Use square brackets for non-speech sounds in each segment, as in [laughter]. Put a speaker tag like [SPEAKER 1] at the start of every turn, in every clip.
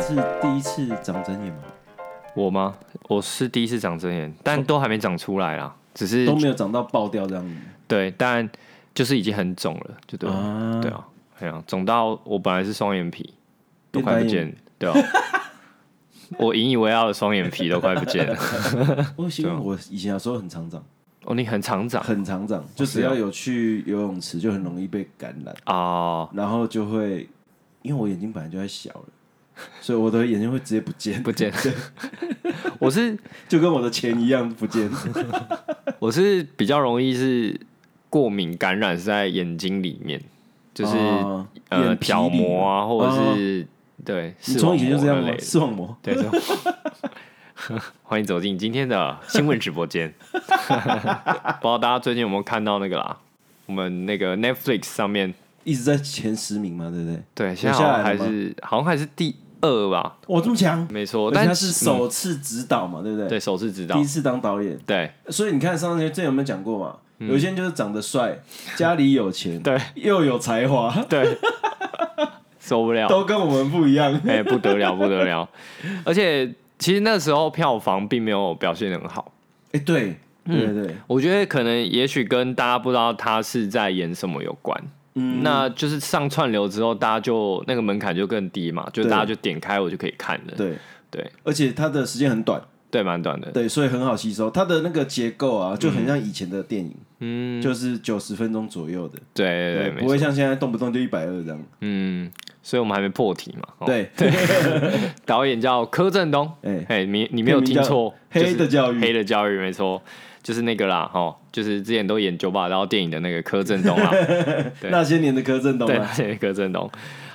[SPEAKER 1] 是第一次长针眼吗？
[SPEAKER 2] 我吗？我是第一次长真眼，但都还没长出来啦，只是
[SPEAKER 1] 哦都没有长到爆掉这样子
[SPEAKER 2] 对，但就是已经很肿了，就对了，
[SPEAKER 1] 啊
[SPEAKER 2] 对啊，哎呀、肿到我本来是双眼皮，都
[SPEAKER 1] 变
[SPEAKER 2] 快不
[SPEAKER 1] 单眼
[SPEAKER 2] 见了，对啊，我引以为傲的双眼皮都快不见了。 [laughs]
[SPEAKER 1] 我
[SPEAKER 2] 啊
[SPEAKER 1] 希望我以前小时候很常长，
[SPEAKER 2] 哦，你很常长
[SPEAKER 1] 很常长，就只要有去游泳池就很容易被感染，
[SPEAKER 2] 哦，
[SPEAKER 1] 然后就会因为我眼睛本来就在小了，所以我的眼睛会直接不见，
[SPEAKER 2] 不见了。 [laughs] 我是
[SPEAKER 1] 就跟我的钱一样不见。
[SPEAKER 2] 我是比较容易是过敏感染是在眼睛里面， [laughs] 就是、
[SPEAKER 1] 哦
[SPEAKER 2] 呃
[SPEAKER 1] 眼皮
[SPEAKER 2] 角
[SPEAKER 1] 里
[SPEAKER 2] 膜啊，或者
[SPEAKER 1] 哦
[SPEAKER 2] 是、对，
[SPEAKER 1] 你
[SPEAKER 2] 视
[SPEAKER 1] 从
[SPEAKER 2] 网
[SPEAKER 1] 以前就
[SPEAKER 2] 膜
[SPEAKER 1] 这样
[SPEAKER 2] 那
[SPEAKER 1] 吗
[SPEAKER 2] 类？的
[SPEAKER 1] 视网膜
[SPEAKER 2] 对，这种欢迎走进今天的新闻直播
[SPEAKER 1] [laughs]
[SPEAKER 2] 间。不知道大家最近有没有看到那个啦？我们那个 Netflix 上面，
[SPEAKER 1] 一直在前十名嘛，对不对？
[SPEAKER 2] 对，现在
[SPEAKER 1] 有下
[SPEAKER 2] 好
[SPEAKER 1] 来
[SPEAKER 2] 像还
[SPEAKER 1] 了吗
[SPEAKER 2] 是好像还是第二吧，
[SPEAKER 1] 我这么强，
[SPEAKER 2] 没错。
[SPEAKER 1] 而且
[SPEAKER 2] 但
[SPEAKER 1] 他是
[SPEAKER 2] 嗯
[SPEAKER 1] 首次指导嘛，对不对？
[SPEAKER 2] 对首次指导
[SPEAKER 1] 第一，次当导演，
[SPEAKER 2] 对
[SPEAKER 1] 所以你看上次这有没有讲过嘛？有些人就是长得帅，家里有钱，
[SPEAKER 2] 嗯对
[SPEAKER 1] 又有才华，
[SPEAKER 2] [laughs] 对，受不
[SPEAKER 1] [laughs]
[SPEAKER 2] 了，
[SPEAKER 1] 都跟我们不一样。
[SPEAKER 2] 哎、不得了，不得了！而且其实那时候票房并没有表现得很好，
[SPEAKER 1] 哎，对，
[SPEAKER 2] 嗯
[SPEAKER 1] 对对，
[SPEAKER 2] 我觉得可能也许跟大家不知道他是在演什么有关。
[SPEAKER 1] 嗯
[SPEAKER 2] 那就是上串流之后，大家就那个门槛就更低嘛，就
[SPEAKER 1] 对
[SPEAKER 2] 大家就点开我就可以看了。
[SPEAKER 1] 对
[SPEAKER 2] 对
[SPEAKER 1] 而且它的时间很短，
[SPEAKER 2] 对，蛮短的。
[SPEAKER 1] 对，所以很好吸收。它的那个结构啊，就很像以前的电影，
[SPEAKER 2] 嗯，
[SPEAKER 1] 就是九十分钟左右的，
[SPEAKER 2] 对对对，没
[SPEAKER 1] 不会
[SPEAKER 2] 错。
[SPEAKER 1] 像现在动不动就一百二这样。
[SPEAKER 2] 嗯，所以我们还没破题嘛。哦， [laughs]
[SPEAKER 1] 对对，
[SPEAKER 2] 导演叫柯震东。
[SPEAKER 1] 哎，
[SPEAKER 2] 哎，你你没有
[SPEAKER 1] 片名叫
[SPEAKER 2] 听错，
[SPEAKER 1] 黑
[SPEAKER 2] 就是
[SPEAKER 1] 的教育
[SPEAKER 2] 黑的教育没错，就是那个啦，哦，就是之前都演九把刀电影的那个柯
[SPEAKER 1] [laughs]
[SPEAKER 2] 震东啦。对
[SPEAKER 1] 那些年的柯震东
[SPEAKER 2] 对
[SPEAKER 1] 啊，，
[SPEAKER 2] 对，柯震东。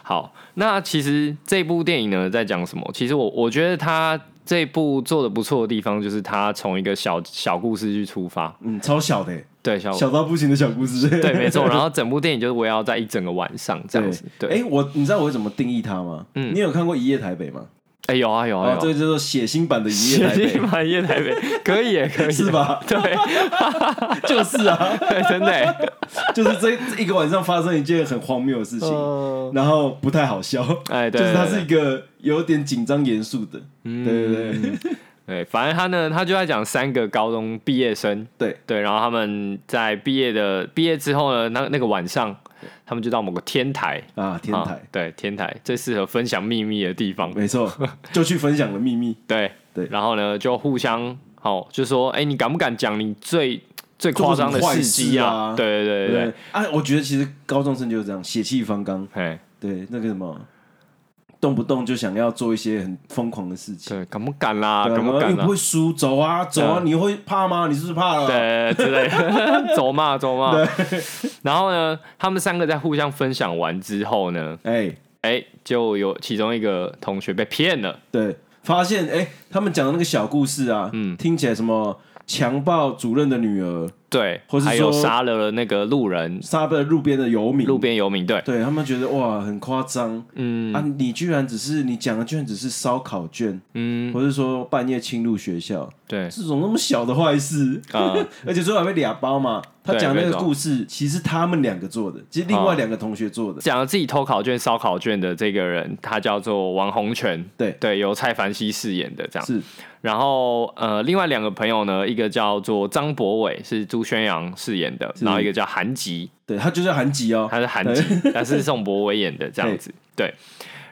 [SPEAKER 2] 好，那其实这部电影呢，在讲什么？其实我我觉得他这部做的不错的地方，就是他从一个小小故事去出发，
[SPEAKER 1] 嗯，超小的，
[SPEAKER 2] 对小
[SPEAKER 1] 小到不行的小故事。
[SPEAKER 2] 哦对
[SPEAKER 1] [laughs]
[SPEAKER 2] 没错，然后整部电影就是围绕在一整个晚上这样子。对，哎、嗯
[SPEAKER 1] 哎，我你知道我怎么定义它吗？你有看过《一夜台北》吗？
[SPEAKER 2] 有啊有啊
[SPEAKER 1] 哦
[SPEAKER 2] 有，啊，
[SPEAKER 1] 这个叫做血腥版的《一夜台北
[SPEAKER 2] 夜》，满夜台北可以耶可以
[SPEAKER 1] [laughs]
[SPEAKER 2] 耶，[laughs]
[SPEAKER 1] 是吧？
[SPEAKER 2] 对？
[SPEAKER 1] [laughs] 就是啊，
[SPEAKER 2] 对，真的耶。
[SPEAKER 1] 就是这这一个晚上发生一件很荒谬的事情，然后不太好笑。
[SPEAKER 2] 哦
[SPEAKER 1] [laughs]
[SPEAKER 2] 哎对
[SPEAKER 1] 就是它
[SPEAKER 2] 对嗯
[SPEAKER 1] 是一个有点紧张严肃的，对对对
[SPEAKER 2] 对，反正他呢，他就在讲三个高中毕业生，
[SPEAKER 1] 对
[SPEAKER 2] 对，然后他们在毕业的毕业之后呢，那那个晚上，他们就到某个天台，
[SPEAKER 1] 啊，天
[SPEAKER 2] 啊
[SPEAKER 1] 台。
[SPEAKER 2] 对天台最适合分享秘密的地方，
[SPEAKER 1] 没
[SPEAKER 2] [laughs]
[SPEAKER 1] 错，就去分享了秘密，
[SPEAKER 2] 对
[SPEAKER 1] 对
[SPEAKER 2] 然后呢就互相哦，就说哎、你敢不敢讲你最最
[SPEAKER 1] 做过
[SPEAKER 2] 夸张的
[SPEAKER 1] 什么坏
[SPEAKER 2] 事迹
[SPEAKER 1] 事啊
[SPEAKER 2] 对对对对，
[SPEAKER 1] 啊，我觉得其实高中生就是这样，血气方刚，
[SPEAKER 2] 哎，
[SPEAKER 1] 对那个什么，动不动就想要做一些很疯狂的事情，
[SPEAKER 2] 对，敢不敢啦？
[SPEAKER 1] 对啊
[SPEAKER 2] 敢不
[SPEAKER 1] 然后
[SPEAKER 2] 敢
[SPEAKER 1] 又
[SPEAKER 2] 啦
[SPEAKER 1] 不？会输，走啊走啊，
[SPEAKER 2] 对
[SPEAKER 1] 你会怕吗？你是不是怕了？
[SPEAKER 2] [laughs] 对，之类的， [laughs] 走嘛走嘛。然后呢，他们三个在互相分享完之后呢，
[SPEAKER 1] 哎，
[SPEAKER 2] 哎、就有其中一个同学被骗了，
[SPEAKER 1] 对，发现哎，他们讲的那个小故事啊，嗯，听起来什么强暴主任的女儿，
[SPEAKER 2] 对，
[SPEAKER 1] 或是
[SPEAKER 2] 还有
[SPEAKER 1] 说
[SPEAKER 2] 杀了那个路人、
[SPEAKER 1] 杀了路边的游民，
[SPEAKER 2] 路边游民，对，
[SPEAKER 1] 对他们觉得哇很夸张，嗯啊，你居然只是你讲的居然只是烧烤卷，
[SPEAKER 2] 嗯，
[SPEAKER 1] 或是说半夜侵入学校
[SPEAKER 2] 对，
[SPEAKER 1] 这种那么小的坏事，
[SPEAKER 2] 啊、
[SPEAKER 1] [laughs] 而且最后还被俩包嘛。他
[SPEAKER 2] 对
[SPEAKER 1] 讲那
[SPEAKER 2] 没
[SPEAKER 1] 个
[SPEAKER 2] 错
[SPEAKER 1] 故事，其实他们两个做的，其实另
[SPEAKER 2] 啊
[SPEAKER 1] 外两个同学做的，
[SPEAKER 2] 讲了自己偷考卷、烧考卷的这个人，他叫做王洪泉，
[SPEAKER 1] 对
[SPEAKER 2] 对，由蔡凡熙饰演的这样。
[SPEAKER 1] 是
[SPEAKER 2] 然后呃，另外两个朋友呢，一个叫做张博伟，是朱宣阳饰演的，
[SPEAKER 1] 是
[SPEAKER 2] 然后一个叫韩吉，
[SPEAKER 1] 对他就叫韩吉哦，
[SPEAKER 2] 他是韩吉， [laughs] 他是宋博伟演的这样子，对。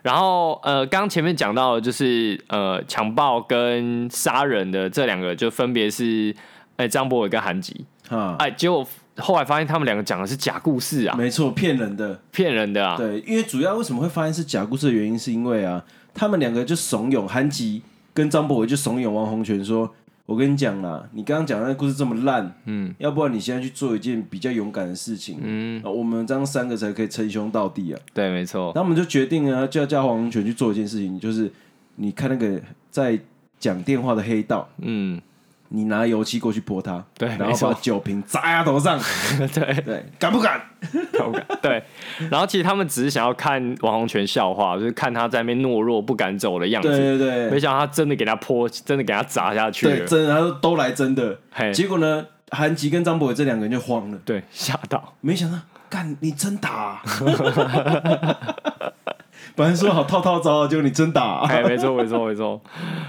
[SPEAKER 2] 然后呃，刚前面讲到的就是呃，强暴跟杀人的这两个，就分别是哎张博伟跟韩吉，
[SPEAKER 1] 啊，
[SPEAKER 2] 哎，结果后来发现他们两个讲的是假故事啊，
[SPEAKER 1] 没错，骗人的。
[SPEAKER 2] 骗人的啊，
[SPEAKER 1] 对，因为主要为什么会发现是假故事的原因，是因为啊，他们两个就怂恿韩吉跟张博伟就怂恿王洪泉说：“我跟你讲啦，你刚刚讲的那故事这么烂，嗯，要不然你现在去做一件比较勇敢的事情，嗯，我们这样三个才可以称兄道弟啊。”
[SPEAKER 2] 对，没错，
[SPEAKER 1] 那我们就决定呢，就要叫黄龙泉去做一件事情，就是你看那个在讲电话的黑道，
[SPEAKER 2] 嗯。
[SPEAKER 1] 你拿油漆过去泼他，
[SPEAKER 2] 对
[SPEAKER 1] 然
[SPEAKER 2] 没
[SPEAKER 1] 后
[SPEAKER 2] 错
[SPEAKER 1] 把酒瓶砸他头上，
[SPEAKER 2] 对，
[SPEAKER 1] 对，敢不敢？
[SPEAKER 2] 同感。对，然后其实他们只是想要看王洪泉笑话，就是看他在那边懦弱不敢走的样子。
[SPEAKER 1] 对对对啊
[SPEAKER 2] 没想到他真的给他泼，真的给他砸下去
[SPEAKER 1] 对，
[SPEAKER 2] 了。
[SPEAKER 1] 真的，他说都来真的
[SPEAKER 2] 嘿。
[SPEAKER 1] 结果呢，韩吉跟张博伟这两个人就慌了，
[SPEAKER 2] 对，吓到，
[SPEAKER 1] 没想到，干你真打、啊！ [laughs] 本来说好套套招，结果你真打、啊，
[SPEAKER 2] [laughs] 哎，没错没错没错。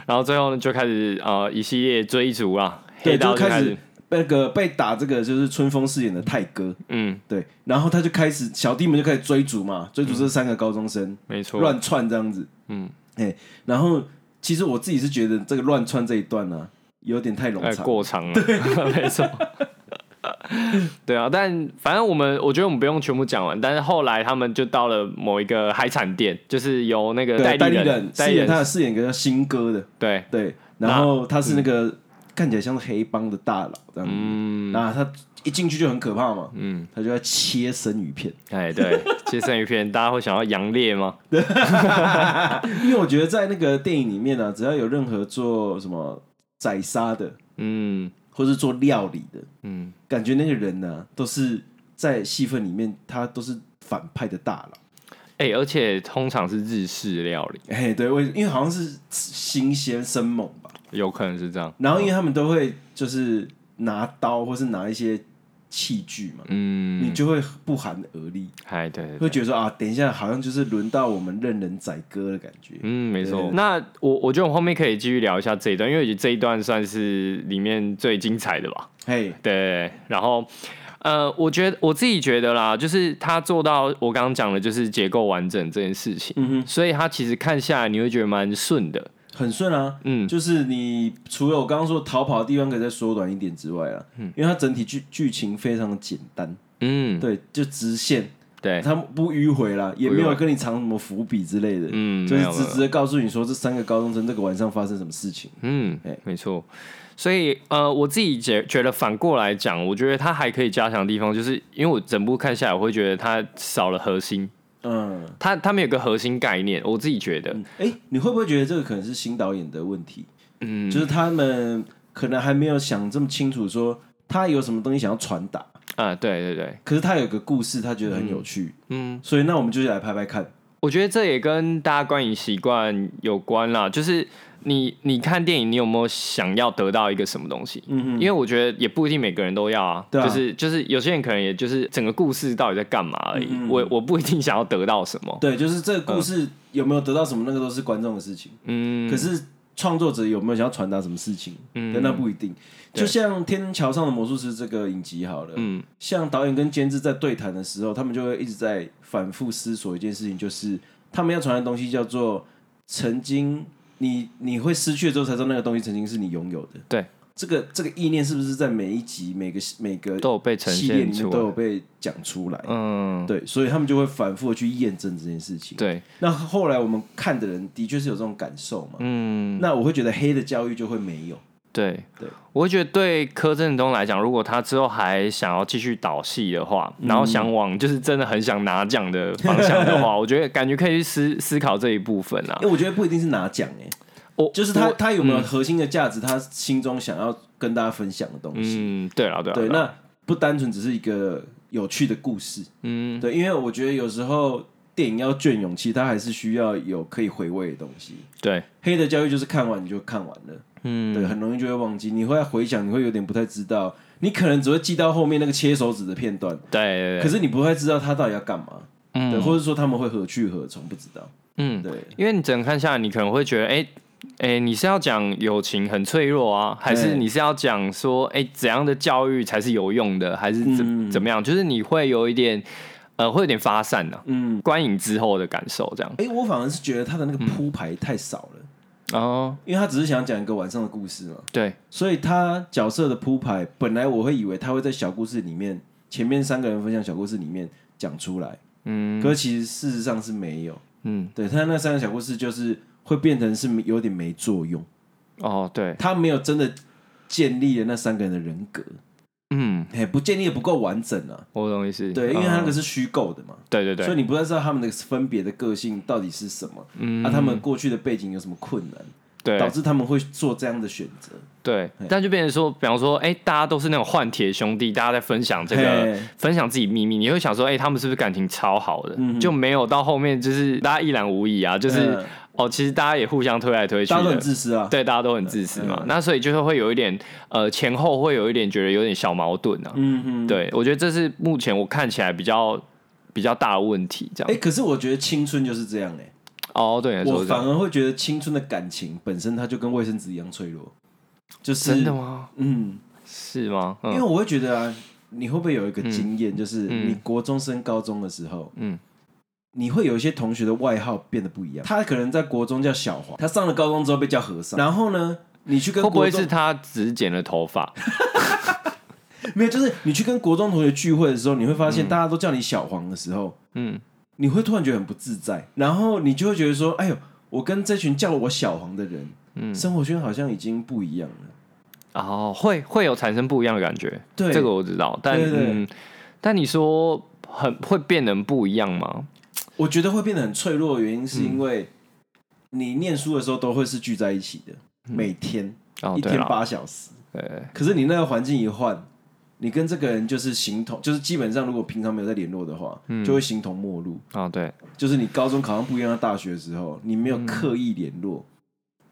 [SPEAKER 2] 然后最后呢，就开始呃一系列追逐啦，黑
[SPEAKER 1] 对，
[SPEAKER 2] 道
[SPEAKER 1] 就
[SPEAKER 2] 就
[SPEAKER 1] 开
[SPEAKER 2] 始
[SPEAKER 1] 始，那个被打这个就是春风饰演的泰哥，
[SPEAKER 2] 嗯，
[SPEAKER 1] 对，然后他就开始小弟们就开始追逐嘛，追逐这三个高中生
[SPEAKER 2] 没错，
[SPEAKER 1] 乱窜这样子，
[SPEAKER 2] 嗯，
[SPEAKER 1] 哎，然后其实我自己是觉得这个乱窜这一段呢、啊有点太冗
[SPEAKER 2] 哎，
[SPEAKER 1] 长，
[SPEAKER 2] 过长了， [laughs] 没错。对啊，但反正我们，我觉得我们不用全部讲完。但是后来他们就到了某一个海产店，就是由那个
[SPEAKER 1] 对，
[SPEAKER 2] 代
[SPEAKER 1] 戴
[SPEAKER 2] 理
[SPEAKER 1] 立
[SPEAKER 2] 人
[SPEAKER 1] 忍，
[SPEAKER 2] 代
[SPEAKER 1] 饰
[SPEAKER 2] 理
[SPEAKER 1] 演他
[SPEAKER 2] 人
[SPEAKER 1] 的饰演一个叫新哥的，
[SPEAKER 2] 对，
[SPEAKER 1] 对，然后他是那个、看起来像是黑帮的大佬这样子，
[SPEAKER 2] 嗯，
[SPEAKER 1] 然后他一进去就很可怕嘛，
[SPEAKER 2] 嗯，
[SPEAKER 1] 他就在切生鱼片，
[SPEAKER 2] 哎，对，切生鱼片，大家会想要羊裂吗？
[SPEAKER 1] 因为我觉得在那个电影里面呢、啊，只要有任何做什么宰杀的，
[SPEAKER 2] 嗯
[SPEAKER 1] 或是做料理的，
[SPEAKER 2] 嗯，
[SPEAKER 1] 感觉那个人呢、都是在戏份里面他都是反派的大佬。
[SPEAKER 2] 哎、而且通常是日式料理，
[SPEAKER 1] 哎，对，为因为好像是新鲜生猛吧，
[SPEAKER 2] 有可能是这样。
[SPEAKER 1] 然后因为他们都会就是拿刀或是拿一些器具嘛，
[SPEAKER 2] 嗯，
[SPEAKER 1] 你就会不寒而栗。
[SPEAKER 2] 哎，对对对
[SPEAKER 1] 会觉得说啊，等一下好像就是轮到我们任人宰割的感觉。
[SPEAKER 2] 嗯，没
[SPEAKER 1] 对
[SPEAKER 2] 错
[SPEAKER 1] 对。
[SPEAKER 2] 那我我觉得我们后面可以继续聊一下这一段，因为我觉得这一段算是里面最精彩的吧。
[SPEAKER 1] 嘿，
[SPEAKER 2] 对，然后呃，我觉得我自己觉得啦，就是他做到我刚刚讲的，就是结构完整这件事情，
[SPEAKER 1] 嗯哼，
[SPEAKER 2] 所以他其实看下来你会觉得蛮顺的。
[SPEAKER 1] 很顺啊。
[SPEAKER 2] 嗯，
[SPEAKER 1] 就是你除了我刚刚说逃跑的地方可以再缩短一点之外啊，因为它整体剧剧情非常的简单，
[SPEAKER 2] 嗯，
[SPEAKER 1] 对，就直线，
[SPEAKER 2] 对，
[SPEAKER 1] 它不迂回啦，也没
[SPEAKER 2] 不迂
[SPEAKER 1] 有
[SPEAKER 2] 回
[SPEAKER 1] 跟你藏什么伏笔之类的，
[SPEAKER 2] 嗯，
[SPEAKER 1] 就是
[SPEAKER 2] 没有
[SPEAKER 1] 直
[SPEAKER 2] 没有
[SPEAKER 1] 直的告诉你说这三个高中生这个晚上发生什么事情。
[SPEAKER 2] 嗯
[SPEAKER 1] 哎，
[SPEAKER 2] 没错。所以呃，我自己觉觉得反过来讲，我觉得他还可以加强的地方，就是因为我整部看下来，我会觉得他少了核心，
[SPEAKER 1] 嗯，
[SPEAKER 2] 他他们有个核心概念，我自己觉得，
[SPEAKER 1] 哎、你会不会觉得这个可能是新导演的问题？嗯，就是他们可能还没有想这么清楚，说他有什么东西想要传达。
[SPEAKER 2] 啊，对对对，
[SPEAKER 1] 可是他有个故事，他觉得很有趣，
[SPEAKER 2] 嗯，
[SPEAKER 1] 所以那我们就来拍拍看。
[SPEAKER 2] 我觉得这也跟大家观影习惯有关啦，就是你你看电影，你有没有想要得到一个什么东西？
[SPEAKER 1] 嗯
[SPEAKER 2] 因为我觉得也不一定每个人都要啊，
[SPEAKER 1] 对啊
[SPEAKER 2] 就是就是有些人可能也就是整个故事到底在干嘛而已，
[SPEAKER 1] 嗯嗯嗯
[SPEAKER 2] 我我不一定想要得到什么，
[SPEAKER 1] 对，就是这个故事有没有得到什么，那个都是观众的事情。
[SPEAKER 2] 嗯，
[SPEAKER 1] 可是创作者有没有想要传达什么事情，
[SPEAKER 2] 嗯
[SPEAKER 1] 对那不一定。
[SPEAKER 2] 对
[SPEAKER 1] 就像《天桥上的魔术师》这个影集好了，
[SPEAKER 2] 嗯
[SPEAKER 1] 像导演跟监制在对谈的时候，他们就会一直在反复思索一件事情，就是他们要传达的东西叫做曾经你你会失去了之后才知道那个东西曾经是你拥有的。
[SPEAKER 2] 对，
[SPEAKER 1] 这个这个意念是不是在每一集每个每个
[SPEAKER 2] 都有被呈
[SPEAKER 1] 系列
[SPEAKER 2] 现
[SPEAKER 1] 里面
[SPEAKER 2] 出
[SPEAKER 1] 都有
[SPEAKER 2] 来，
[SPEAKER 1] 被讲出来。
[SPEAKER 2] 嗯，
[SPEAKER 1] 对，所以他们就会反复的去验证这件事情。
[SPEAKER 2] 对，
[SPEAKER 1] 那后来我们看的人的确是有这种感受嘛？
[SPEAKER 2] 嗯啊
[SPEAKER 1] 那我会觉得黑的教育就会没有。
[SPEAKER 2] 对
[SPEAKER 1] 对，
[SPEAKER 2] 我会觉得对柯震东来讲，如果他之后还想要继续导戏的话，
[SPEAKER 1] 嗯
[SPEAKER 2] 然后想往就是真的很想拿奖的方向
[SPEAKER 1] [laughs]
[SPEAKER 2] 的话，我觉得感觉可以去思思考这一部分啊啦
[SPEAKER 1] 哎、。我觉得不一定是拿奖哎、
[SPEAKER 2] 我
[SPEAKER 1] 就是他
[SPEAKER 2] 哦我嗯
[SPEAKER 1] 他有没有核心的价值，他心中想要跟大家分享的东西。
[SPEAKER 2] 嗯，对了对了，
[SPEAKER 1] 对，
[SPEAKER 2] 啦
[SPEAKER 1] 那不单纯只是一个有趣的故事。
[SPEAKER 2] 嗯
[SPEAKER 1] 对，因为我觉得有时候电影要卷勇气，它还是需要有可以回味的东西。
[SPEAKER 2] 对，
[SPEAKER 1] 黑的教育就是看完你就看完了。
[SPEAKER 2] 嗯
[SPEAKER 1] 对，很容易就会忘记。你会回想，你会有点不太知道，你可能只会记到后面那个切手指的片段，
[SPEAKER 2] 对对
[SPEAKER 1] 可
[SPEAKER 2] 对，
[SPEAKER 1] 是你不太知道他到底要干嘛，对，
[SPEAKER 2] 嗯
[SPEAKER 1] 或者说他们会何去何从，不知道。
[SPEAKER 2] 嗯，
[SPEAKER 1] 对，
[SPEAKER 2] 因为你整个看下来，你可能会觉得，哎、哎、你是要讲友情很脆弱啊，还是
[SPEAKER 1] 对
[SPEAKER 2] 你是要讲说，哎、怎样的教育才是有用的，还是怎、
[SPEAKER 1] 嗯
[SPEAKER 2] 怎么样？就是你会有一点，呃，会有点发散呢、
[SPEAKER 1] 嗯，
[SPEAKER 2] 观影之后的感受，这样
[SPEAKER 1] 哎、我反而是觉得他的那个
[SPEAKER 2] 嗯
[SPEAKER 1] 铺排太少了，
[SPEAKER 2] 哦，
[SPEAKER 1] 因为他只是想讲一个晚上的故事嘛，
[SPEAKER 2] 对，
[SPEAKER 1] 所以他角色的铺排，本来我会以为他会在小故事里面，前面三个人分享小故事里面讲出来，
[SPEAKER 2] 嗯
[SPEAKER 1] 可是其实事实上是没有。
[SPEAKER 2] 嗯，
[SPEAKER 1] 对他那三个小故事就是会变成是有点没作用，
[SPEAKER 2] 哦，对，
[SPEAKER 1] 他没有真的建立了那三个人的人格，
[SPEAKER 2] 嗯，
[SPEAKER 1] 哎，不建立的不够完整啊。
[SPEAKER 2] 我懂意思，
[SPEAKER 1] 对，因为他那个
[SPEAKER 2] 嗯
[SPEAKER 1] 是虚构的嘛，
[SPEAKER 2] 对嗯对
[SPEAKER 1] 所以
[SPEAKER 2] 对，
[SPEAKER 1] 你不太知道他们的分别的个性到底是什么，
[SPEAKER 2] 嗯
[SPEAKER 1] 啊，他们过去的背景有什么困难，导
[SPEAKER 2] 对
[SPEAKER 1] 致他们会做这样的选择。
[SPEAKER 2] 对，但就变成说，比方说，哎、大家都是那种换铁兄弟，大家在分享这个
[SPEAKER 1] 嘿
[SPEAKER 2] 分享自己秘密，你会想说，哎、他们是不是感情超好的？
[SPEAKER 1] 嗯
[SPEAKER 2] 就没有到后面就是大家一览无遗啊，就是、
[SPEAKER 1] 嗯
[SPEAKER 2] 哦，其实大家也互相推来推去
[SPEAKER 1] 大家都
[SPEAKER 2] 的
[SPEAKER 1] 很，自私啊。嗯
[SPEAKER 2] 对，大家都很自私嘛。那所以就是会有一点呃前后会有一点觉得有点小矛盾啊。
[SPEAKER 1] 嗯嗯。
[SPEAKER 2] 对，我觉得这是目前我看起来比较比较大的问题，这
[SPEAKER 1] 哎、
[SPEAKER 2] 样。
[SPEAKER 1] 可是我觉得青春就是这样哎、
[SPEAKER 2] 哦，对，
[SPEAKER 1] 我
[SPEAKER 2] 说这
[SPEAKER 1] 反
[SPEAKER 2] 样
[SPEAKER 1] 而会觉得青春的感情本身它就跟卫生纸一样脆弱，就是
[SPEAKER 2] 真的吗？
[SPEAKER 1] 嗯，
[SPEAKER 2] 是吗？
[SPEAKER 1] 因为
[SPEAKER 2] 嗯
[SPEAKER 1] 我会觉得啊，你会不会有一个经验，就是
[SPEAKER 2] 嗯
[SPEAKER 1] 你国中升高中的时候，
[SPEAKER 2] 嗯，
[SPEAKER 1] 你会有一些同学的外号变得不一样，他可能在国中叫小黄，他上了高中之后被叫和尚，然后呢，你去跟
[SPEAKER 2] 会不
[SPEAKER 1] 国
[SPEAKER 2] 会
[SPEAKER 1] 中
[SPEAKER 2] 是他只是剪了头发？
[SPEAKER 1] 没有，就是你去跟国中同学聚会的时候，你会发现大家都叫你小黄的时候，
[SPEAKER 2] 嗯，
[SPEAKER 1] 你会突然觉得很不自在，然后你就会觉得说，哎呦，我跟这群叫我小黄的人，嗯，生活圈好像已经不一样了。
[SPEAKER 2] 哦，会会有产生不一样的感觉，
[SPEAKER 1] 对
[SPEAKER 2] 这个我知道，但
[SPEAKER 1] 对对
[SPEAKER 2] 嗯，但你说很会变得不一样吗？
[SPEAKER 1] 我觉得会变得很脆弱的原因，是因
[SPEAKER 2] 嗯
[SPEAKER 1] 为你念书的时候都会是聚在一起的，每天
[SPEAKER 2] 哦，
[SPEAKER 1] 一
[SPEAKER 2] 对
[SPEAKER 1] 天
[SPEAKER 2] 了，
[SPEAKER 1] 八小时。
[SPEAKER 2] 对，
[SPEAKER 1] 可是你那个环境一换，你跟这个人就是形同，就是基本上如果平常没有在联络的话，
[SPEAKER 2] 嗯
[SPEAKER 1] 就会形同陌路。
[SPEAKER 2] 哦对，
[SPEAKER 1] 就是你高中考上不一样的大学的时候，你没有
[SPEAKER 2] 嗯
[SPEAKER 1] 刻意联络，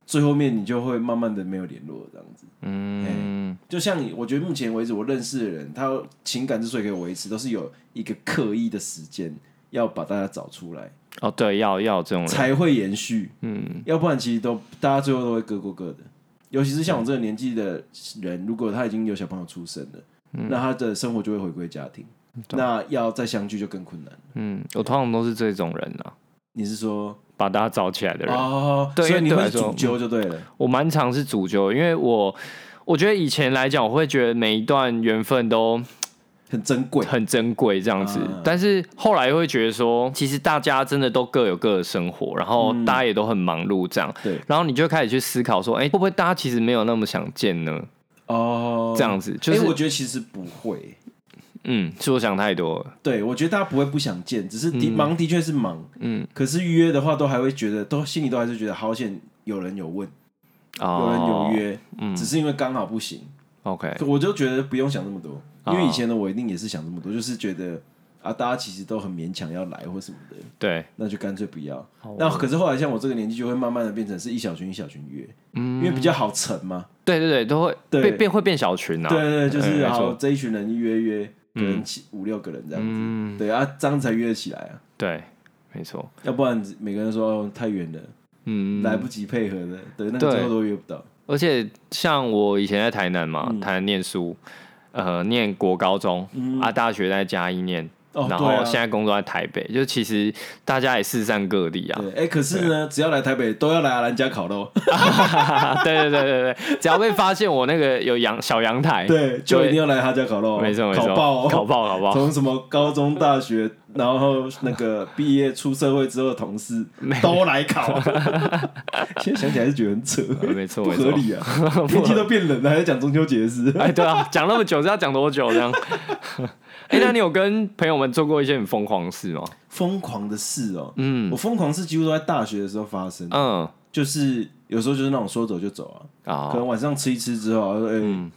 [SPEAKER 1] 最后面你就会慢慢的没有联络这样子。
[SPEAKER 2] 嗯，
[SPEAKER 1] 就像你，我觉得目前为止我认识的人，他情感之所以可以维持，都是有一个刻意的时间要把大家找出来，
[SPEAKER 2] 哦对，要要有这种人，
[SPEAKER 1] 才会延续。
[SPEAKER 2] 嗯，
[SPEAKER 1] 要不然其实都大家最后都会各过各的。尤其是像我这个年纪的人，如果他已经有小朋友出生了，
[SPEAKER 2] 嗯
[SPEAKER 1] 那他的生活就会回归家庭，那要再相聚就更困难。
[SPEAKER 2] 嗯，我通常都是这种人啊，
[SPEAKER 1] 你是说
[SPEAKER 2] 把大家找起来的人，
[SPEAKER 1] 哦，
[SPEAKER 2] 对
[SPEAKER 1] 所以你
[SPEAKER 2] 因
[SPEAKER 1] 会
[SPEAKER 2] 为对我来说
[SPEAKER 1] 主揪就对了。
[SPEAKER 2] 我蛮常是主角，因为我我觉得以前来讲，我会觉得每一段缘分都
[SPEAKER 1] 很珍贵。
[SPEAKER 2] 很珍贵这样子，
[SPEAKER 1] 啊
[SPEAKER 2] 但是后来会觉得说，其实大家真的都各有各的生活，然后
[SPEAKER 1] 嗯
[SPEAKER 2] 大家也都很忙碌这样，
[SPEAKER 1] 对
[SPEAKER 2] 然后你就开始去思考说，哎、会不会大家其实没有那么想见呢？
[SPEAKER 1] 哦，
[SPEAKER 2] 这样子就是
[SPEAKER 1] 诶我觉得其实不会。
[SPEAKER 2] 嗯，是我想太多了，
[SPEAKER 1] 对，我觉得大家不会不想见，只是的、忙的确是忙，
[SPEAKER 2] 嗯，
[SPEAKER 1] 可是预约的话都还会觉得，都心里都还是觉得好险有人有问，有人
[SPEAKER 2] 哦，
[SPEAKER 1] 有约，只是因为刚好不行。
[SPEAKER 2] ，OK，
[SPEAKER 1] 可我就觉得不用想这么多，
[SPEAKER 2] 哦
[SPEAKER 1] 因为以前的我一定也是想这么多，就是觉得啊，大家其实都很勉强要来或什么的，
[SPEAKER 2] 对，
[SPEAKER 1] 那就干脆不要。那
[SPEAKER 2] 哦
[SPEAKER 1] 可是后来像我这个年纪，就会慢慢的变成是一小群一小群约，
[SPEAKER 2] 嗯
[SPEAKER 1] 因为比较好成嘛。
[SPEAKER 2] 对对对，都会
[SPEAKER 1] 对
[SPEAKER 2] 变变会变小群啊，
[SPEAKER 1] 对对，对就是
[SPEAKER 2] 嗯没
[SPEAKER 1] 好
[SPEAKER 2] 错，嗯
[SPEAKER 1] 这一群人一约约，可能七五六个人这样子，对啊，这样才约得起来啊，
[SPEAKER 2] 对，没错，
[SPEAKER 1] 要不然每个人说哦太远了，
[SPEAKER 2] 嗯，
[SPEAKER 1] 来不及配合的，对，那
[SPEAKER 2] 对
[SPEAKER 1] 个最后都约不到。
[SPEAKER 2] 而且像我以前在台南嘛，
[SPEAKER 1] 嗯
[SPEAKER 2] 台南念书，呃，念国高中、啊，大学在嘉义念，
[SPEAKER 1] 哦，
[SPEAKER 2] 然
[SPEAKER 1] 对
[SPEAKER 2] 后
[SPEAKER 1] 啊
[SPEAKER 2] 现在工作在台北，就其实大家也四散各地啊。哎
[SPEAKER 1] 对，哎，可是呢，只要来台北，都要来阿兰家烤肉，
[SPEAKER 2] 对对对对对，只要被发现我那个有阳小阳台，
[SPEAKER 1] 对，就
[SPEAKER 2] 对
[SPEAKER 1] 一定要来他家烤肉，
[SPEAKER 2] 没错没错，
[SPEAKER 1] 烤爆
[SPEAKER 2] 烤
[SPEAKER 1] 哦。
[SPEAKER 2] 爆烤
[SPEAKER 1] [laughs]
[SPEAKER 2] 爆，
[SPEAKER 1] 从什么高中、大学，然后那个毕业出社会之后的同事都来
[SPEAKER 2] [laughs]
[SPEAKER 1] 烤，现在想起来是觉得很扯，
[SPEAKER 2] 呃没错
[SPEAKER 1] 不
[SPEAKER 2] 没错
[SPEAKER 1] 合，理啊！天气都变冷了，还在讲中秋节的事。
[SPEAKER 2] [laughs] 哎对啊，讲那么久是要讲多久这样？ [laughs] 哎，那你有跟朋友们做过一些很疯狂的事吗？
[SPEAKER 1] 疯狂的事哦、
[SPEAKER 2] 嗯
[SPEAKER 1] 我疯狂是几乎都在大学的时候发生，
[SPEAKER 2] 嗯
[SPEAKER 1] 就是有时候就是那种说走就走啊，可
[SPEAKER 2] 啊
[SPEAKER 1] 能晚上吃一吃之后啊，哎、
[SPEAKER 2] 嗯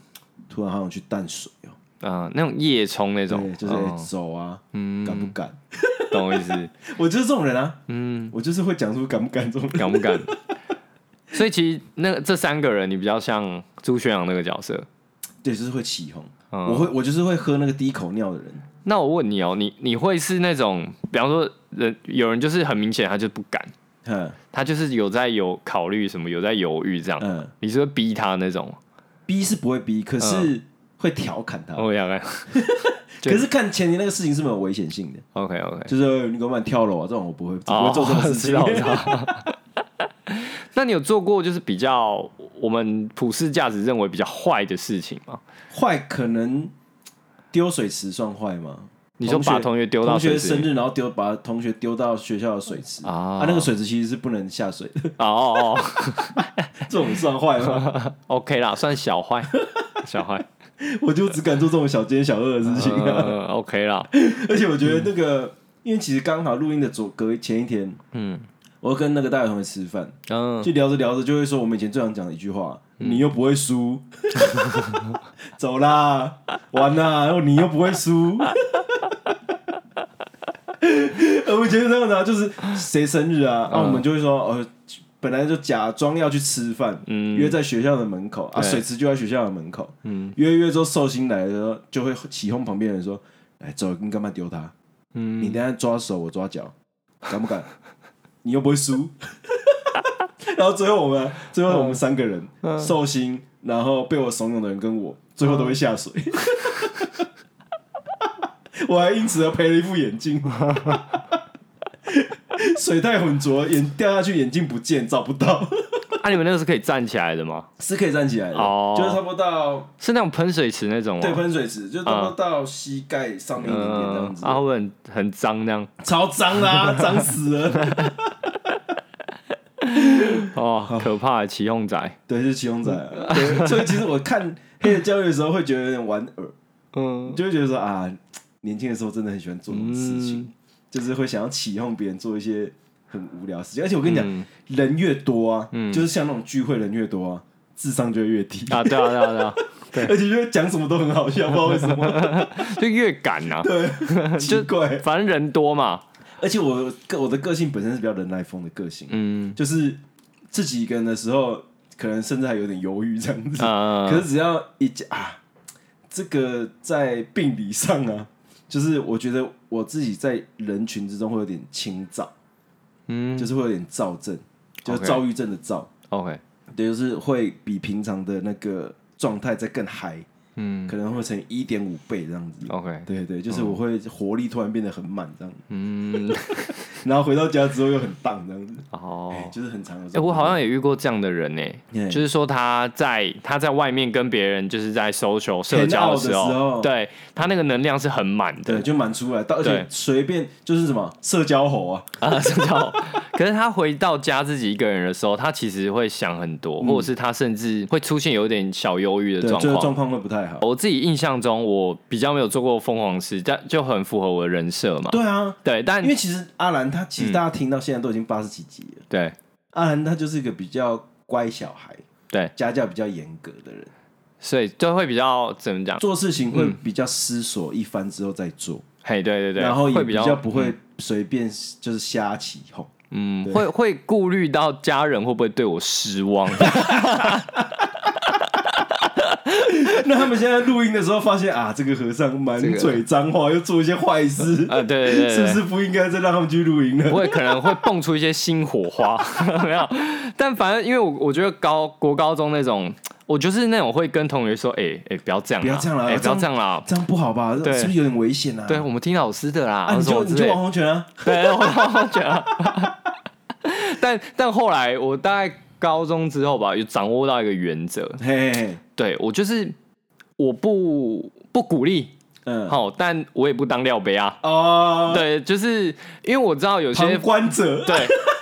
[SPEAKER 1] 突然好想去淡水哦、
[SPEAKER 2] 嗯，那种夜冲那种
[SPEAKER 1] 对，，就是、哎
[SPEAKER 2] 嗯
[SPEAKER 1] 走啊，
[SPEAKER 2] 嗯，
[SPEAKER 1] 敢不敢？
[SPEAKER 2] 懂我
[SPEAKER 1] [laughs]
[SPEAKER 2] 意思。
[SPEAKER 1] 我就是这种人啊，
[SPEAKER 2] 嗯，
[SPEAKER 1] 我就是会讲出敢不敢这种
[SPEAKER 2] [laughs]
[SPEAKER 1] 人。
[SPEAKER 2] 敢不敢？所以其实那这三个人，你比较像朱宣阳那个角色。
[SPEAKER 1] 对，就是会起哄，
[SPEAKER 2] 嗯
[SPEAKER 1] 我会我就是会喝那个第一口尿的人。
[SPEAKER 2] 那我问你哦，你你会是那种，比方说人有人就是很明显他就不敢，
[SPEAKER 1] 嗯
[SPEAKER 2] 他就是有在有考虑什么，有在犹豫这样，
[SPEAKER 1] 嗯
[SPEAKER 2] 你是会逼他那种？
[SPEAKER 1] 逼是不会逼，可是
[SPEAKER 2] 嗯
[SPEAKER 1] 会调侃他。
[SPEAKER 2] 我想看。对
[SPEAKER 1] 可是看前提那个事情是没有危险性的，
[SPEAKER 2] OK OK，
[SPEAKER 1] 就是呃你给我乱跳楼啊，这种我不会，
[SPEAKER 2] 哦
[SPEAKER 1] 哦啊我不会做这种事 [laughs]
[SPEAKER 2] [laughs] 知
[SPEAKER 1] 情。
[SPEAKER 2] 道啊知道。 [laughs] 那你有做过就是比较我们普世价值认为比较坏的事情吗？
[SPEAKER 1] 坏可能丢水池算坏吗？
[SPEAKER 2] 你说把同学丢到
[SPEAKER 1] 同
[SPEAKER 2] 水
[SPEAKER 1] 学
[SPEAKER 2] 池
[SPEAKER 1] 生
[SPEAKER 2] 里？
[SPEAKER 1] 日，然后丢把同学丢到学校的水池
[SPEAKER 2] 啊
[SPEAKER 1] 那个水池其实是不能下水的， [laughs]
[SPEAKER 2] 哦哦 [laughs] 哦
[SPEAKER 1] 这种算坏吗？ [laughs]
[SPEAKER 2] ，OK 啦，算小坏， [laughs] 小坏。
[SPEAKER 1] 我就只敢做这种小奸小恶的事情啊！
[SPEAKER 2] 呃、OK 啦，
[SPEAKER 1] [laughs] 而且我
[SPEAKER 2] 嗯
[SPEAKER 1] 觉得那个，因为其实刚好录音的左隔前一天，
[SPEAKER 2] 嗯
[SPEAKER 1] 我跟那个大学同学吃饭，
[SPEAKER 2] 嗯，
[SPEAKER 1] 就聊着聊着就会说我们以前最常讲的一句话：你又不会输， [laughs] 走啦，完啦，然后你又不会输。 [laughs]
[SPEAKER 2] 嗯
[SPEAKER 1] 啊呃我以前就这样子啊，就是谁生日啊，那、我们就会说，呃，本来就假装要去吃饭，
[SPEAKER 2] 嗯
[SPEAKER 1] 约在学校的门口啊，
[SPEAKER 2] 对
[SPEAKER 1] 水池就在学校的门口，
[SPEAKER 2] 嗯
[SPEAKER 1] 约一约之后寿星来的时候，就会起哄旁边的人说：“来走，你干嘛丢他？你
[SPEAKER 2] 嗯，
[SPEAKER 1] 等一下抓手，我抓脚，敢不敢？你又不会输。” [laughs] 然后最后我们，啊最后我们三个人，
[SPEAKER 2] 嗯
[SPEAKER 1] 寿星，然后被我怂恿的人跟我，最后都会下水。 [laughs] 我还因此而赔了一副眼镜，水太浑浊，眼掉下去，眼镜不见，找不到， [laughs]
[SPEAKER 2] 啊，你们那个是可以站起来的吗？
[SPEAKER 1] 是可以站起来的，
[SPEAKER 2] 哦
[SPEAKER 1] 就是差不多到
[SPEAKER 2] 是那种喷水池那种吗？
[SPEAKER 1] 对喷水池，就差不多到膝盖上面一点点这样
[SPEAKER 2] 嗯，
[SPEAKER 1] 子，
[SPEAKER 2] 啊，会不会很很脏那样？
[SPEAKER 1] 超脏啦、脏死
[SPEAKER 2] [laughs]
[SPEAKER 1] 了。
[SPEAKER 2] 哦，可怕的起哄仔。
[SPEAKER 1] 对，是七龙仔、啊。对， [laughs] 所以其实我看《黑人教育》的时候，会觉得有点莞尔，
[SPEAKER 2] 嗯
[SPEAKER 1] 就会觉得说啊，年轻的时候真的很喜欢做这种事情，
[SPEAKER 2] 嗯
[SPEAKER 1] 就是会想要起哄别人做一些很无聊的事情。而且我跟你讲，
[SPEAKER 2] 嗯
[SPEAKER 1] 人越多啊，就是像那种聚会人越多啊，智商就会越低，
[SPEAKER 2] 啊，对啊，对啊，对啊，
[SPEAKER 1] 而且就会讲什么都很好笑，不知道为什
[SPEAKER 2] [laughs]
[SPEAKER 1] 么，
[SPEAKER 2] 就越赶呐、
[SPEAKER 1] 奇怪。
[SPEAKER 2] 反正人多嘛。
[SPEAKER 1] 而且我个我的个性本身是比较人来疯的个性，
[SPEAKER 2] 嗯
[SPEAKER 1] 就是自己一个人的时候，可能甚至还有点犹豫这样子。
[SPEAKER 2] 呃，
[SPEAKER 1] 可是只要一讲啊，这个在病理上啊，就是我觉得我自己在人群之中会有点轻躁，
[SPEAKER 2] 嗯
[SPEAKER 1] 就是会有点躁症，就是
[SPEAKER 2] OK
[SPEAKER 1] 躁郁症的躁，
[SPEAKER 2] ，OK，
[SPEAKER 1] 对，就是会比平常的那个状态再更嗨，
[SPEAKER 2] 嗯
[SPEAKER 1] 可能会成一点五倍这样子。
[SPEAKER 2] ，OK，
[SPEAKER 1] 对对，就是我会活力突然变得很满这样，
[SPEAKER 2] 嗯，
[SPEAKER 1] 然后回到家之后又很荡这样子，
[SPEAKER 2] 哦，
[SPEAKER 1] 哎，就是很常有这
[SPEAKER 2] 哎、
[SPEAKER 1] 种。
[SPEAKER 2] 我好像也遇过这样的人呢、
[SPEAKER 1] 嗯
[SPEAKER 2] 就是说他在他在外面跟别人就是在 social 社交时
[SPEAKER 1] 的时候
[SPEAKER 2] 对他那个能量是很满的
[SPEAKER 1] 对，就满出来，到而且
[SPEAKER 2] 对
[SPEAKER 1] 随便就是什么社交猴啊，
[SPEAKER 2] 啊，社交。可是他回到家自己一个人的时候，他其实会想很多，或者是他甚至会出现有点小忧郁的
[SPEAKER 1] 嗯对，就是
[SPEAKER 2] 状
[SPEAKER 1] 状
[SPEAKER 2] 况。哦
[SPEAKER 1] 况会不太好。
[SPEAKER 2] 我自己印象中，我比较没有做过疯狂事，但就很符合我的人设嘛。
[SPEAKER 1] 对啊，
[SPEAKER 2] 对，但
[SPEAKER 1] 因为其实阿兰他
[SPEAKER 2] 嗯
[SPEAKER 1] 其实大家听到现在都已经八十几集了，
[SPEAKER 2] 对
[SPEAKER 1] 阿兰他就是一个比较乖小孩，
[SPEAKER 2] 对，
[SPEAKER 1] 家教比较严格的人，
[SPEAKER 2] 所以就会比较怎么讲？
[SPEAKER 1] 做事情会比较思索一番之后再做，
[SPEAKER 2] 嘿，嗯对对对，
[SPEAKER 1] 然后也
[SPEAKER 2] 会
[SPEAKER 1] 比
[SPEAKER 2] 较
[SPEAKER 1] 较不会随便就是瞎起哄。
[SPEAKER 2] 嗯，
[SPEAKER 1] 对
[SPEAKER 2] 会会顾虑到家人会不会对我失
[SPEAKER 1] [laughs]
[SPEAKER 2] 望。
[SPEAKER 1] [laughs] 那他们现在录音的时候发现啊，这个和尚满
[SPEAKER 2] 这个
[SPEAKER 1] 嘴脏话，又做一些坏
[SPEAKER 2] [laughs]
[SPEAKER 1] 事，
[SPEAKER 2] 呃，对对对对
[SPEAKER 1] 是不是不应该再让他们去录音了？
[SPEAKER 2] 我也可能会蹦出一些新火花， [laughs] 没有。但反正因为我我觉得高国高中那种，我就是那种会跟同学说，哎、哎、不要这样啦，
[SPEAKER 1] 不要这样啦啊
[SPEAKER 2] 哎、不要这样啦。
[SPEAKER 1] 这样不好吧？
[SPEAKER 2] 对
[SPEAKER 1] 是不是有点危险啊？
[SPEAKER 2] 对，我们听老师的啦，
[SPEAKER 1] 啊，
[SPEAKER 2] 或
[SPEAKER 1] 你
[SPEAKER 2] 者什
[SPEAKER 1] 就
[SPEAKER 2] 么
[SPEAKER 1] 你
[SPEAKER 2] 之
[SPEAKER 1] 就
[SPEAKER 2] 类
[SPEAKER 1] 王
[SPEAKER 2] 的。
[SPEAKER 1] 红泉啊，
[SPEAKER 2] 对，我我觉得。 [laughs] 但但后来我大概高中之后吧，有掌握到一个原则，
[SPEAKER 1] 嘿嘿，嘿
[SPEAKER 2] 对我就是我不不鼓励，
[SPEAKER 1] 嗯，
[SPEAKER 2] 好，但我也不当料杯啊。
[SPEAKER 1] 哦，
[SPEAKER 2] 对，就是因为我知道有些
[SPEAKER 1] 旁观者，
[SPEAKER 2] [laughs] 对，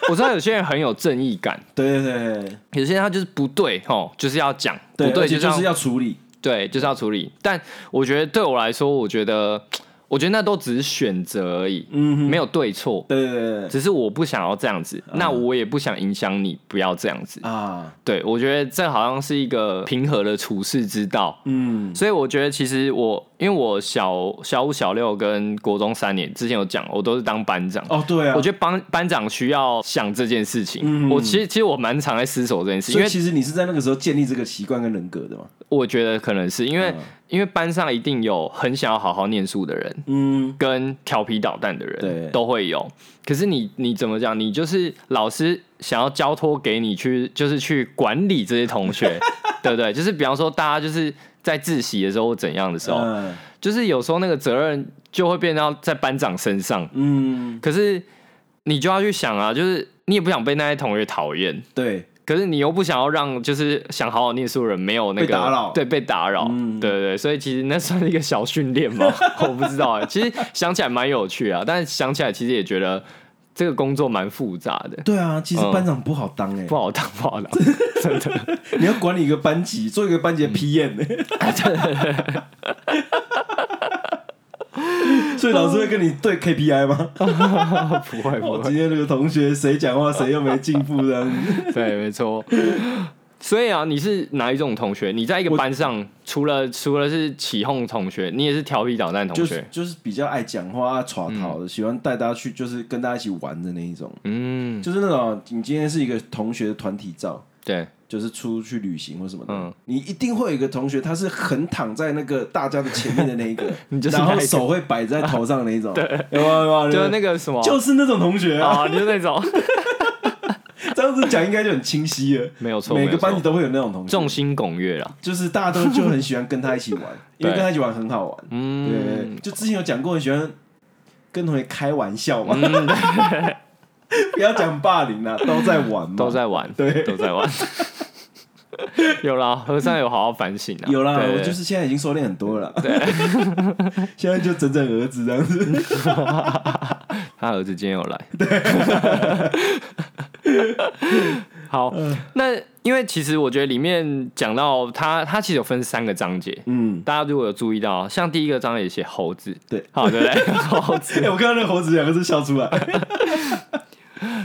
[SPEAKER 2] 我知道有些人很有正义感，
[SPEAKER 1] 对对对对。
[SPEAKER 2] 有些人他就是不对吼，就是要讲不
[SPEAKER 1] 对，而
[SPEAKER 2] 对，
[SPEAKER 1] 且
[SPEAKER 2] 就
[SPEAKER 1] 就是
[SPEAKER 2] 要
[SPEAKER 1] 要处理。
[SPEAKER 2] 对，就是要处理。但我觉得对我来说，我觉得我觉得那都只是选择而已，
[SPEAKER 1] 嗯哼，
[SPEAKER 2] 没有对错，
[SPEAKER 1] 对对对嗯对
[SPEAKER 2] 只是我不想要这样子，那我也不想影响你，不要这样子。
[SPEAKER 1] 啊，
[SPEAKER 2] 对，我觉得这好像是一个平和的处世之道。
[SPEAKER 1] 嗯，
[SPEAKER 2] 所以我觉得，其实我因为我小小五、小六跟国中三年之前有讲，我都是当班长。
[SPEAKER 1] 哦，对啊，
[SPEAKER 2] 我觉得班班长需要想这件事情。
[SPEAKER 1] 嗯
[SPEAKER 2] 我其实其实我蛮常在思索这件事，因
[SPEAKER 1] 所
[SPEAKER 2] 为
[SPEAKER 1] 以其实你是在那个时候建立这个习惯跟人格的嘛，
[SPEAKER 2] 我觉得可能是因为、
[SPEAKER 1] 嗯
[SPEAKER 2] 因为班上一定有很想要好好念书的人，
[SPEAKER 1] 嗯，
[SPEAKER 2] 跟调皮捣蛋的
[SPEAKER 1] 对
[SPEAKER 2] 人都会有。可是你你怎么讲？你就是老师想要交托给你去，就是去管理这些
[SPEAKER 1] [laughs]
[SPEAKER 2] 同学，对不对？就是比方说大家就是在自习的时候或怎样的时候，
[SPEAKER 1] 嗯
[SPEAKER 2] 就是有时候那个责任就会变到在班长身上。
[SPEAKER 1] 嗯，
[SPEAKER 2] 可是你就要去想啊，就是你也不想被那些同学讨厌，
[SPEAKER 1] 对，
[SPEAKER 2] 可是你又不想要让就是想好好念书的人没有那个
[SPEAKER 1] 被打扰
[SPEAKER 2] 对，被打扰，
[SPEAKER 1] 嗯
[SPEAKER 2] 对对对，所以其实那算是一个小训练
[SPEAKER 1] [laughs]
[SPEAKER 2] 嘛，我不知道哎、其实想起来蛮有趣啊，但是想起来其实也觉得这个工作蛮复杂的，
[SPEAKER 1] 对啊，其实
[SPEAKER 2] 嗯
[SPEAKER 1] 班长不好当哎
[SPEAKER 2] 不，好当不好
[SPEAKER 1] [laughs]
[SPEAKER 2] 当，
[SPEAKER 1] 你要管理一个班级，做一个班级
[SPEAKER 2] 嗯
[SPEAKER 1] 的 PM，所以老师会跟你对 KPI 吗？
[SPEAKER 2] 不会不
[SPEAKER 1] 我
[SPEAKER 2] 会，
[SPEAKER 1] 今天这个同学谁讲话谁又没进步这样子，
[SPEAKER 2] 对，没错。所以啊，你是哪一种同学？你在一个班上，除了除了是起哄同学，你也是调皮捣蛋同
[SPEAKER 1] 就是
[SPEAKER 2] 学。
[SPEAKER 1] 就是比较爱讲话、啊、耍淘的，喜欢带大家去，就是跟大家一起玩的那一种，
[SPEAKER 2] 嗯，
[SPEAKER 1] 就是那种你今天是一个同学的团体照，
[SPEAKER 2] 对，
[SPEAKER 1] 就是出去旅行或什么的，
[SPEAKER 2] 嗯
[SPEAKER 1] 你一定会有一个同学，他是横躺在那个大家的前面的那一个，
[SPEAKER 2] [laughs] 你就是
[SPEAKER 1] 然
[SPEAKER 2] 那
[SPEAKER 1] 后
[SPEAKER 2] 一个
[SPEAKER 1] 手会摆在头上的那一
[SPEAKER 2] [laughs]
[SPEAKER 1] 种，有没有？有没有
[SPEAKER 2] 就是那个什么，
[SPEAKER 1] 呃就是那种同学啊，
[SPEAKER 2] 啊，就是
[SPEAKER 1] [laughs]
[SPEAKER 2] 那种，
[SPEAKER 1] 这样子讲应该就很清晰了。
[SPEAKER 2] 没有错，
[SPEAKER 1] 每
[SPEAKER 2] 没有
[SPEAKER 1] 个班
[SPEAKER 2] 错
[SPEAKER 1] 级都会有那种同学，
[SPEAKER 2] 众星拱月啦。
[SPEAKER 1] 就是大家都就很喜欢跟他一
[SPEAKER 2] [laughs]
[SPEAKER 1] 起玩，因为
[SPEAKER 2] 对
[SPEAKER 1] 跟他一起玩很好玩。对
[SPEAKER 2] 嗯，，
[SPEAKER 1] 就之前有讲过，很喜欢跟同学开玩笑嘛，
[SPEAKER 2] 嗯
[SPEAKER 1] [laughs] 不要讲霸凌啦，都在玩嘛，
[SPEAKER 2] 都在玩，
[SPEAKER 1] 对
[SPEAKER 2] 都在玩。 [laughs] 有啦，和尚有好好反省啊。
[SPEAKER 1] 有啦，
[SPEAKER 2] 对对
[SPEAKER 1] 我
[SPEAKER 2] 对
[SPEAKER 1] 就是现在已经收敛很多了啦，现在就整整儿子这样子。嗯
[SPEAKER 2] 他儿子今天有来。 [laughs] 好，
[SPEAKER 1] 嗯
[SPEAKER 2] 那因为其实我觉得里面讲到他，他其实有分三个章节。
[SPEAKER 1] 嗯，
[SPEAKER 2] 大家如果有注意到，像第一个章节写猴子，
[SPEAKER 1] 对，
[SPEAKER 2] 好对不 [laughs] 对？猴子。
[SPEAKER 1] 哎，我看到那个猴子两个字笑出
[SPEAKER 2] [laughs]
[SPEAKER 1] 来。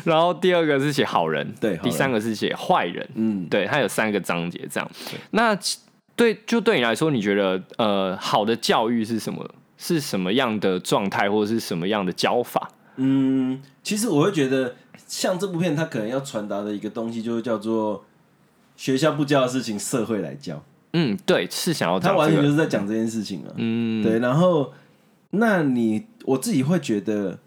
[SPEAKER 2] 然后第二个是写好人，
[SPEAKER 1] 对好人
[SPEAKER 2] 第三个是写坏人，
[SPEAKER 1] 嗯，
[SPEAKER 2] 对，它有三个章节这样。那其对，就对你来说，你觉得呃，好的教育是什么？是什么样的状态，或者是什么样的教法？
[SPEAKER 1] 嗯，其实我会觉得，像这部片，它可能要传达的一个东西，就是叫做学校不教的事情，社会来教。
[SPEAKER 2] 嗯，对，是想要
[SPEAKER 1] 他
[SPEAKER 2] 讲
[SPEAKER 1] 完
[SPEAKER 2] 这
[SPEAKER 1] 全就
[SPEAKER 2] 个，
[SPEAKER 1] 是在讲这件事情啊。
[SPEAKER 2] 嗯，
[SPEAKER 1] 对，然后那你我自己会觉得，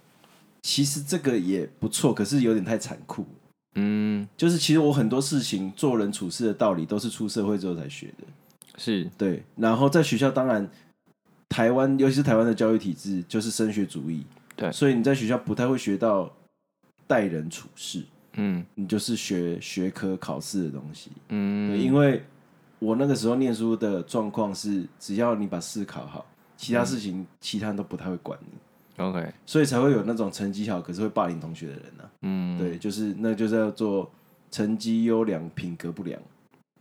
[SPEAKER 1] 其实这个也不错，可是有点太残酷。
[SPEAKER 2] 嗯，
[SPEAKER 1] 就是其实我很多事情做人处事的道理都是出社会之后才学的。
[SPEAKER 2] 是，
[SPEAKER 1] 对，然后在学校当然，台湾尤其是台湾的教育体制就是升学主义，
[SPEAKER 2] 对
[SPEAKER 1] 所以你在学校不太会学到待人处事，
[SPEAKER 2] 嗯
[SPEAKER 1] 你就是学学科考试的东西。对，
[SPEAKER 2] 嗯，
[SPEAKER 1] 因为我那个时候念书的状况是，只要你把试考好，其他事
[SPEAKER 2] 嗯
[SPEAKER 1] 情、其他人都不太会管你，
[SPEAKER 2] OK，
[SPEAKER 1] 所以才会有那种成绩好可是会霸凌同学的人啊。
[SPEAKER 2] 嗯，
[SPEAKER 1] 对，就是那就是要做成绩优良、品格不良。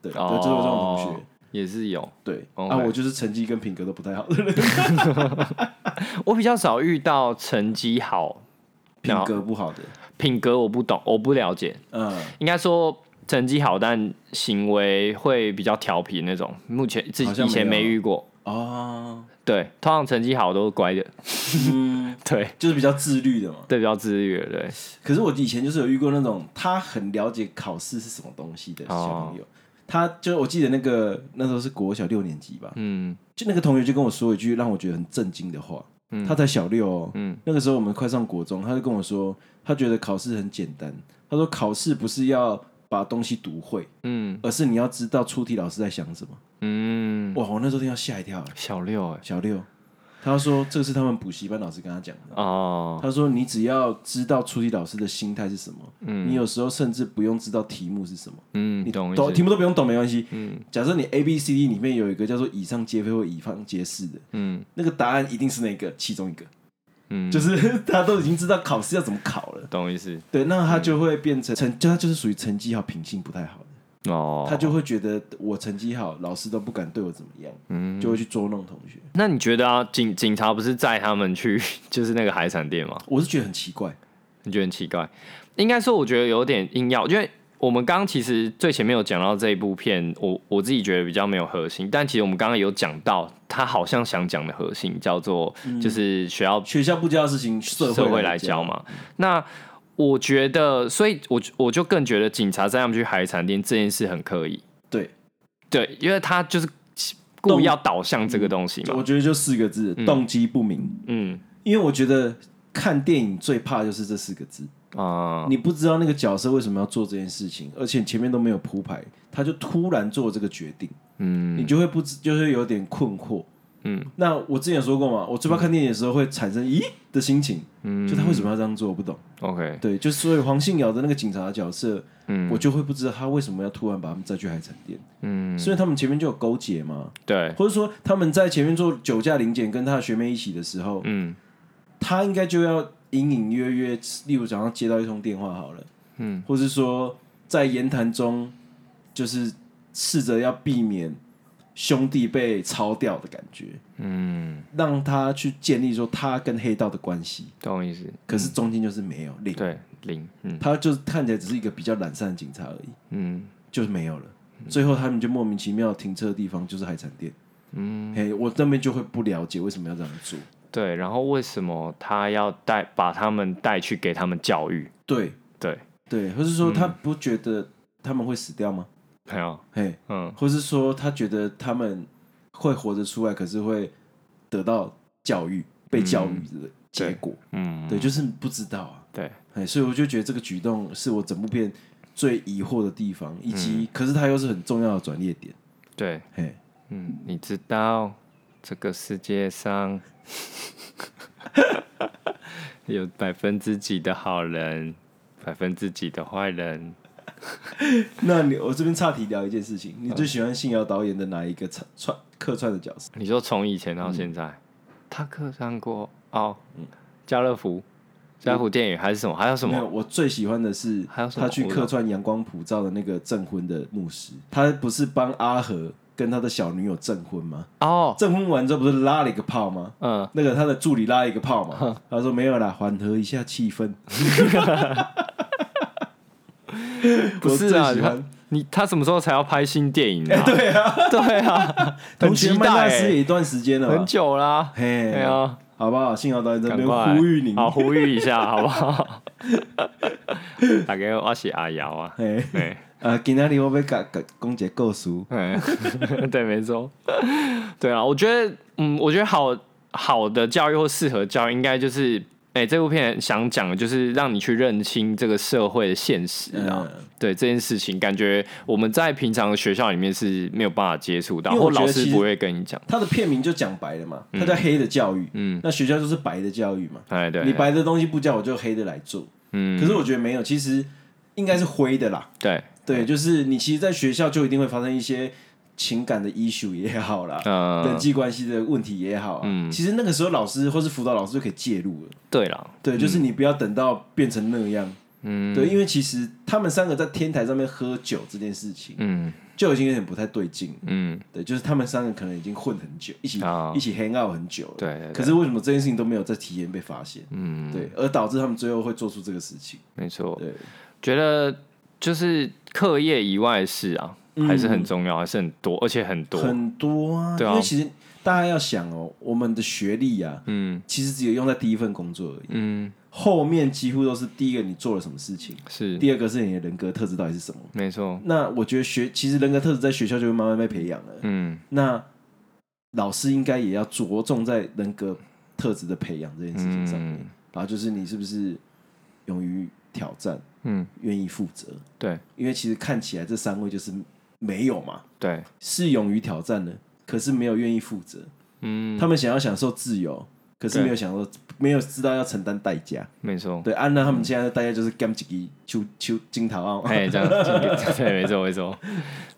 [SPEAKER 1] 对，
[SPEAKER 2] 哦
[SPEAKER 1] 对，就有这种同学。
[SPEAKER 2] 也是有，
[SPEAKER 1] 对，
[SPEAKER 2] OK
[SPEAKER 1] 啊，我就是成绩跟品格都不太好的人，
[SPEAKER 2] 我比较少遇到成绩好，
[SPEAKER 1] 品格不好的。
[SPEAKER 2] 品格我不懂，我不了解，
[SPEAKER 1] 嗯，
[SPEAKER 2] 应该说成绩好，但行为会比较调皮那种。目前自
[SPEAKER 1] 好
[SPEAKER 2] 己
[SPEAKER 1] 像
[SPEAKER 2] 以前
[SPEAKER 1] 没有啊
[SPEAKER 2] 没遇过，
[SPEAKER 1] 哦，
[SPEAKER 2] 对，通常成绩好都是乖的，
[SPEAKER 1] 嗯，
[SPEAKER 2] [laughs] 对，
[SPEAKER 1] 就是比较自律的嘛。
[SPEAKER 2] 对，比较自律的，对，
[SPEAKER 1] 可是我以前就是有遇过那种他很了解考试是什么东西的小朋友，他就我记得那个那时候是国小六年级吧，
[SPEAKER 2] 嗯
[SPEAKER 1] 就那个同学就跟我说一句让我觉得很震惊的话，
[SPEAKER 2] 嗯
[SPEAKER 1] 他才小六哦，
[SPEAKER 2] 嗯
[SPEAKER 1] 那个时候我们快上国中，他就跟我说他觉得考试很简单，他说考试不是要把东西读会，
[SPEAKER 2] 嗯
[SPEAKER 1] 而是你要知道出题老师在想什么。
[SPEAKER 2] 嗯，
[SPEAKER 1] 哇，我那时候听到吓一跳，哎
[SPEAKER 2] 小六哎、
[SPEAKER 1] 小六，他说这是他们补习班老师跟他讲的。
[SPEAKER 2] 哦，
[SPEAKER 1] 他说：“你只要知道出题老师的心态是什么，你有时候甚至不用知道题目是什么，
[SPEAKER 2] 嗯，
[SPEAKER 1] 你
[SPEAKER 2] 懂嗯
[SPEAKER 1] 懂
[SPEAKER 2] 意思，
[SPEAKER 1] 题目都不用懂没关系。假设你 A B C D 里面有一个叫做以上皆非或以上皆是的，
[SPEAKER 2] 嗯
[SPEAKER 1] 那个答案一定是那个其中一个，
[SPEAKER 2] 嗯，
[SPEAKER 1] 就是他都已经知道考试要怎么考了。
[SPEAKER 2] 懂意思
[SPEAKER 1] 对，那他就会变成成，就他就是属于成绩好、品性不太好的，
[SPEAKER 2] 嗯哦。
[SPEAKER 1] 他就会觉得我成绩好，老师都不敢对我怎么样，
[SPEAKER 2] 嗯
[SPEAKER 1] 就会去捉弄同学。
[SPEAKER 2] 那你觉得啊，警警察不是载他们去 [laughs] 就是那个海产店吗？
[SPEAKER 1] 我是觉得很奇怪，
[SPEAKER 2] 你觉得很奇怪？应该说，我觉得有点硬要，因为我们刚刚其实最前面有讲到这一部片，我我自己觉得比较没有核心，但其实我们刚刚有讲到，他好像想讲的核心叫做
[SPEAKER 1] 嗯
[SPEAKER 2] 就是学校
[SPEAKER 1] 学校不教的事情，社
[SPEAKER 2] 社
[SPEAKER 1] 会
[SPEAKER 2] 会来教
[SPEAKER 1] 教。
[SPEAKER 2] 嘛。那我觉得，所以我我就更觉得警察载他们去海产店这件事很刻意，
[SPEAKER 1] 对，
[SPEAKER 2] 对，因为他就是故意要导向这个东西
[SPEAKER 1] 我
[SPEAKER 2] 嘛。
[SPEAKER 1] 觉得嗯就四个字：动机不明。
[SPEAKER 2] 嗯
[SPEAKER 1] 因为我觉得看电影最怕就是这四个字，
[SPEAKER 2] 啊、
[SPEAKER 1] 你不知道那个角色为什么要做这件事情，而且前面都没有铺排，他就突然做这个决定，
[SPEAKER 2] 嗯
[SPEAKER 1] 你就会不知，就会有点困惑。
[SPEAKER 2] 嗯，
[SPEAKER 1] 那我之前有说过嘛，我最怕看电影的时候会产生咦的心情，
[SPEAKER 2] 嗯
[SPEAKER 1] 就他为什么要这样做，我不懂。
[SPEAKER 2] ，OK，
[SPEAKER 1] 对，就所以黄信尧的那个警察的角色，
[SPEAKER 2] 嗯
[SPEAKER 1] 我就会不知道他为什么要突然把他们再去海产店，
[SPEAKER 2] 嗯，
[SPEAKER 1] 所以他们前面就有勾结嘛，
[SPEAKER 2] 对，
[SPEAKER 1] 或者说他们在前面做酒驾零检跟他的学妹一起的时候，
[SPEAKER 2] 嗯
[SPEAKER 1] 他应该就要隐隐约约，例如早上接到一通电话好了，
[SPEAKER 2] 嗯，
[SPEAKER 1] 或是说在言谈中，就是试着要避免兄弟被抄掉的感觉，
[SPEAKER 2] 嗯，
[SPEAKER 1] 让他去建立说他跟黑道的关系，
[SPEAKER 2] 懂意思。
[SPEAKER 1] 可是中间就是没有零，
[SPEAKER 2] 对，零，嗯
[SPEAKER 1] 他就是看起来只是一个比较懒散的警察而已，
[SPEAKER 2] 嗯
[SPEAKER 1] 就是没有了。最后他们就莫名其妙停车的地方就是海产店。嗯，嘿，我那边就会不了解为什么要这样做。
[SPEAKER 2] 对，然后为什么他要带把他们带去给他们教育？ [laughs]
[SPEAKER 1] 对
[SPEAKER 2] 对，嗯
[SPEAKER 1] 对，或是说他不觉得他们会死掉吗？
[SPEAKER 2] 没有，
[SPEAKER 1] 嘿，
[SPEAKER 2] 嗯，
[SPEAKER 1] 或是说他觉得他们会活着出来，可是会得到教育、被教育的结果。
[SPEAKER 2] 嗯，
[SPEAKER 1] 对，就是不知道啊。
[SPEAKER 2] 对，
[SPEAKER 1] 哎，所以我就觉得这个举动是我整部片最疑惑的地方，以
[SPEAKER 2] 嗯
[SPEAKER 1] 及、可是它又是很重要的转捩点。
[SPEAKER 2] 对，
[SPEAKER 1] 嘿，
[SPEAKER 2] 嗯，你知道这个世界上 [laughs] 有百分之几的好人，百分之几的坏人？
[SPEAKER 1] [laughs] 那你我这边岔题聊一件事情，你最喜欢信尧导演的哪一个串串客串的角色？
[SPEAKER 2] 你说从以前到现在，嗯他客串过哦，家乐福，家乐福电影还是什么？还有什
[SPEAKER 1] 没
[SPEAKER 2] 么
[SPEAKER 1] 有，？我最喜欢的是
[SPEAKER 2] 还有什么
[SPEAKER 1] 他
[SPEAKER 2] 哦
[SPEAKER 1] 去客串阳光普照的那个证婚的牧师，他不是帮阿和跟他的小女友证婚吗？
[SPEAKER 2] 哦，
[SPEAKER 1] 证婚完之后不是拉了一个炮吗？
[SPEAKER 2] 嗯，
[SPEAKER 1] 那个他的助理拉了一个炮嘛，他说没有啦，缓和一下气氛。
[SPEAKER 2] [laughs] 不是啊
[SPEAKER 1] 我最喜，
[SPEAKER 2] 他
[SPEAKER 1] 欢
[SPEAKER 2] 你他什么时候才要拍新电影
[SPEAKER 1] [laughs]
[SPEAKER 2] 啊？对啊，对啊，很
[SPEAKER 1] 同学
[SPEAKER 2] 期
[SPEAKER 1] 麦
[SPEAKER 2] 待
[SPEAKER 1] 纳斯也
[SPEAKER 2] 欸，
[SPEAKER 1] 一段时间了
[SPEAKER 2] 很
[SPEAKER 1] 吧？
[SPEAKER 2] 久啦，
[SPEAKER 1] 嘿，
[SPEAKER 2] 对啊，
[SPEAKER 1] 好不好？幸好导演这
[SPEAKER 2] 赶
[SPEAKER 1] 边
[SPEAKER 2] 快
[SPEAKER 1] 呼吁你，
[SPEAKER 2] 好呼吁一下，好不好？ [laughs] 打给我是阿瑶啊，
[SPEAKER 1] 嘿，
[SPEAKER 2] 对，
[SPEAKER 1] 啊，今天你会不会讲讲讲一个故事？
[SPEAKER 2] 哎对， [laughs] 没错，对啊，我觉得，嗯，我觉得好好的教育或适合教育，应该就是，哎、这部片想讲的就是让你去认清这个社会的现实啊。
[SPEAKER 1] 嗯
[SPEAKER 2] 对这件事情，感觉我们在平常的学校里面是没有办法接触到，
[SPEAKER 1] 因为
[SPEAKER 2] 或
[SPEAKER 1] 我觉得
[SPEAKER 2] 老
[SPEAKER 1] 其
[SPEAKER 2] 师
[SPEAKER 1] 实
[SPEAKER 2] 不会跟你讲。
[SPEAKER 1] 他的片名就讲白了嘛，他叫黑的教育，嗯，那学校就是白的教育嘛，
[SPEAKER 2] 哎，对，
[SPEAKER 1] 你白的东西不教，我就黑的来做。
[SPEAKER 2] 嗯，
[SPEAKER 1] 可是我觉得没有，其实应该是灰的啦。
[SPEAKER 2] 对，
[SPEAKER 1] 对，就是你其实，在学校就一定会发生一些情感的 issue 也好啦，人
[SPEAKER 2] 嗯，
[SPEAKER 1] 际关系的问题也好啊。其实那个时候老师或是辅导老师就可以介入了。
[SPEAKER 2] 对了，
[SPEAKER 1] 对，就是你不要等到变成那样。嗯，对，因为其实他们三个在天台上面喝酒这件事情，
[SPEAKER 2] 嗯
[SPEAKER 1] 就已经有点不太对劲了。
[SPEAKER 2] 嗯，
[SPEAKER 1] 对，就是他们三个可能已经混很久，一起、
[SPEAKER 2] 啊
[SPEAKER 1] 一起 hang out 很久了。
[SPEAKER 2] 对对对
[SPEAKER 1] 可是为什么这件事情都没有在体验被发现？嗯，对，而导致他们最后会做出这个事情。
[SPEAKER 2] 没错。
[SPEAKER 1] 对，
[SPEAKER 2] 觉得就是课业以外的事啊，还是很重要，还是很多，而且很多。
[SPEAKER 1] 嗯很多啊，
[SPEAKER 2] 对啊
[SPEAKER 1] 因为其实大家要想哦，我们的学历啊，
[SPEAKER 2] 嗯
[SPEAKER 1] 其实只有用在第一份工作而已，
[SPEAKER 2] 嗯，
[SPEAKER 1] 后面几乎都是第一个你做了什么事情，
[SPEAKER 2] 是
[SPEAKER 1] 第二个是你的人格特质到底是什么。
[SPEAKER 2] 没错。
[SPEAKER 1] 那我觉得学其实人格特质在学校就会慢慢被培养了。
[SPEAKER 2] 嗯
[SPEAKER 1] 那老师应该也要着重在人格特质的培养这件事情上面，
[SPEAKER 2] 嗯
[SPEAKER 1] 然后就是你是不是勇于挑战，
[SPEAKER 2] 嗯，
[SPEAKER 1] 愿意负责，
[SPEAKER 2] 对
[SPEAKER 1] 因为其实看起来这三位就是没有嘛，
[SPEAKER 2] 对，
[SPEAKER 1] 是勇于挑战的，可是没有愿意负责，
[SPEAKER 2] 嗯，
[SPEAKER 1] 他们想要享受自由。可是
[SPEAKER 2] 对
[SPEAKER 1] 没有想到，没有知道要承担代价。
[SPEAKER 2] 没错。
[SPEAKER 1] 对，按、啊、照他们现在的代价就是干几个秋秋金桃啊，
[SPEAKER 2] [laughs] 嗯哎，这样对，没错没 [laughs] 错，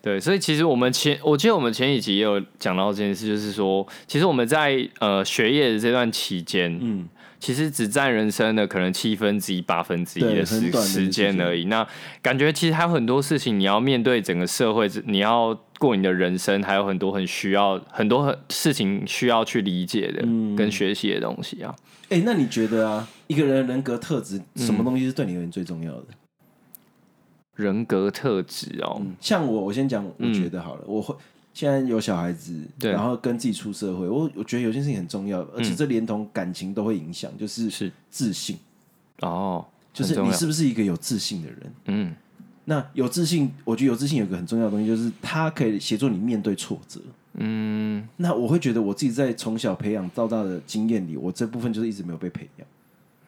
[SPEAKER 2] 对，所以其实我们前，我记得我们前几集也有讲到这件事，就是说，其实我们在呃学业的这段期间，
[SPEAKER 1] 嗯，
[SPEAKER 2] 其实只占人生的可能七分之一、八分之一
[SPEAKER 1] 对
[SPEAKER 2] 的
[SPEAKER 1] 很
[SPEAKER 2] 时
[SPEAKER 1] 短的
[SPEAKER 2] 时间而已。那感觉其实还有很多事情你要面对整个社会，你要过你的人生，还有很多很需要很多很事情需要去理解的、跟学习的东西啊。
[SPEAKER 1] 哎、那你觉得啊，一个人的人格特质，什
[SPEAKER 2] 嗯
[SPEAKER 1] 么东西是对你而言最重要的？
[SPEAKER 2] 人格特质哦，
[SPEAKER 1] 嗯像我，我先讲，我觉得好了，我会现在有小孩子，
[SPEAKER 2] 嗯对嗯
[SPEAKER 1] 然后跟自己出社会，我我觉得有件事情很重要，而且这连同感情都会影响，就是
[SPEAKER 2] 是
[SPEAKER 1] 自信，
[SPEAKER 2] 哦，
[SPEAKER 1] 就
[SPEAKER 2] 很
[SPEAKER 1] 是
[SPEAKER 2] 重
[SPEAKER 1] 你
[SPEAKER 2] 要
[SPEAKER 1] 是不是一个有自信的人？
[SPEAKER 2] 嗯
[SPEAKER 1] 那有自信，我觉得有自信有一个很重要的东西，就是它可以协助你面对挫折。
[SPEAKER 2] 嗯
[SPEAKER 1] 那我会觉得我自己在从小培养到大的经验里，我这部分就是一直没有被培养，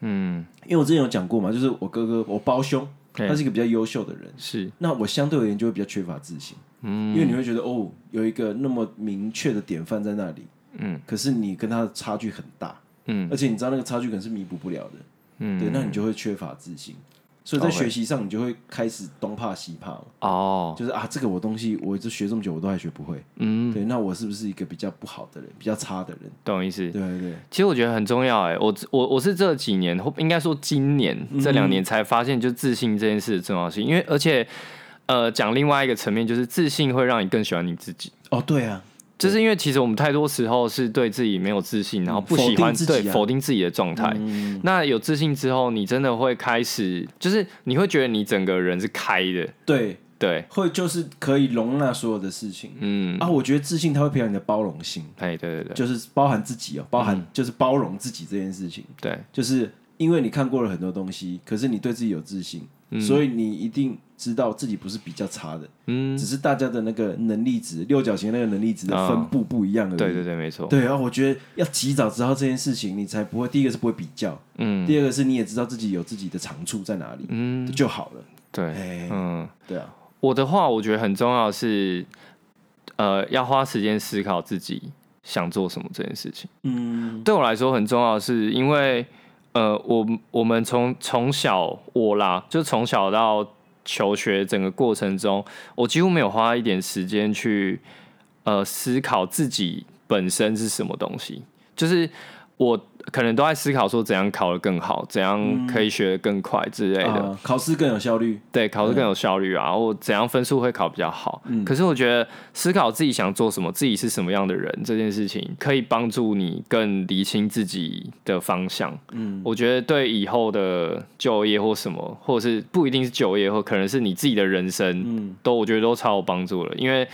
[SPEAKER 2] 嗯，
[SPEAKER 1] 因为我之前有讲过嘛，就是我哥哥，我胞兄，
[SPEAKER 2] 对
[SPEAKER 1] 他是一个比较优秀的人，
[SPEAKER 2] 是
[SPEAKER 1] 那我相对而言就会比较缺乏自信，
[SPEAKER 2] 嗯
[SPEAKER 1] 因为你会觉得哦，有一个那么明确的典范在那里，
[SPEAKER 2] 嗯，
[SPEAKER 1] 可是你跟他的差距很大，
[SPEAKER 2] 嗯
[SPEAKER 1] 而且你知道那个差距可能是弥补不了的，
[SPEAKER 2] 嗯
[SPEAKER 1] 对，那你就会缺乏自信，所以在
[SPEAKER 2] OK
[SPEAKER 1] 学习上你就哦会开始东怕西怕嘛，
[SPEAKER 2] 哦，
[SPEAKER 1] 就是啊，这个我东西我这学这么久我都还学不会，
[SPEAKER 2] 嗯，
[SPEAKER 1] 对，那我是不是一个比较不好的人，比较差的人？
[SPEAKER 2] 懂意思。
[SPEAKER 1] 对对对，
[SPEAKER 2] 其实我觉得很重要哎、我我我是这几年，或应该说今年
[SPEAKER 1] 嗯
[SPEAKER 2] 这两年才发现，就自信这件事的重要性。因为而且，呃，讲另外一个层面，就是自信会让你更喜欢你自己。
[SPEAKER 1] 哦对啊，
[SPEAKER 2] 就是因为其实我们太多时候是对自己没有自信，然后不喜
[SPEAKER 1] 否
[SPEAKER 2] 欢
[SPEAKER 1] 定自己啊嗯
[SPEAKER 2] 对否定自己的状态。那有自信之后，你真的会开始，就是你会觉得你整个人是开的，
[SPEAKER 1] 对，
[SPEAKER 2] 对，
[SPEAKER 1] 会就是可以容纳所有的事情
[SPEAKER 2] 嗯，
[SPEAKER 1] 啊。我觉得自信它会培养你的包容性，
[SPEAKER 2] 哎，对对对
[SPEAKER 1] 就是包含自己哦，包含就是包容自己这件事情，
[SPEAKER 2] 对，
[SPEAKER 1] 就是因为你看过了很多东西，可是你对自己有自信，所以你一定知道自己不是比较差的，
[SPEAKER 2] 嗯，
[SPEAKER 1] 只是大家的那个能力值，六角形那个能力值的分布不一样而已。
[SPEAKER 2] 对对对，没错，
[SPEAKER 1] 对啊，我觉得要及早知道这件事情，你才不会第一个是不会比较，
[SPEAKER 2] 嗯
[SPEAKER 1] 第二个是你也知道自己有自己的长处在哪里，
[SPEAKER 2] 嗯，
[SPEAKER 1] 就好了。
[SPEAKER 2] 对，
[SPEAKER 1] 哎，
[SPEAKER 2] 嗯，
[SPEAKER 1] 对啊，
[SPEAKER 2] 我的话，我觉得很重要的是，呃，要花时间思考自己想做什么这件事情。
[SPEAKER 1] 嗯，
[SPEAKER 2] 对我来说很重要，是因为呃，我我们从从小我啦，就从小到求学整个过程中，我几乎没有花一点时间去呃思考自己本身是什么东西，就是我可能都在思考说怎样考得更好，怎样可以学得更快之类的。
[SPEAKER 1] 啊，考试更有效率，
[SPEAKER 2] 对，考
[SPEAKER 1] 嗯
[SPEAKER 2] 试更有效率啊，我怎样分数会考比较好？可是我觉得思考自己想做什么，自己是什么样的人这件事情，可以帮助你更理清自己的方向。
[SPEAKER 1] 嗯，
[SPEAKER 2] 我觉得对以后的就业或什么，或者是不一定是就业，或可能是你自己的人生，
[SPEAKER 1] 嗯，
[SPEAKER 2] 都我觉得都超有帮助了，因为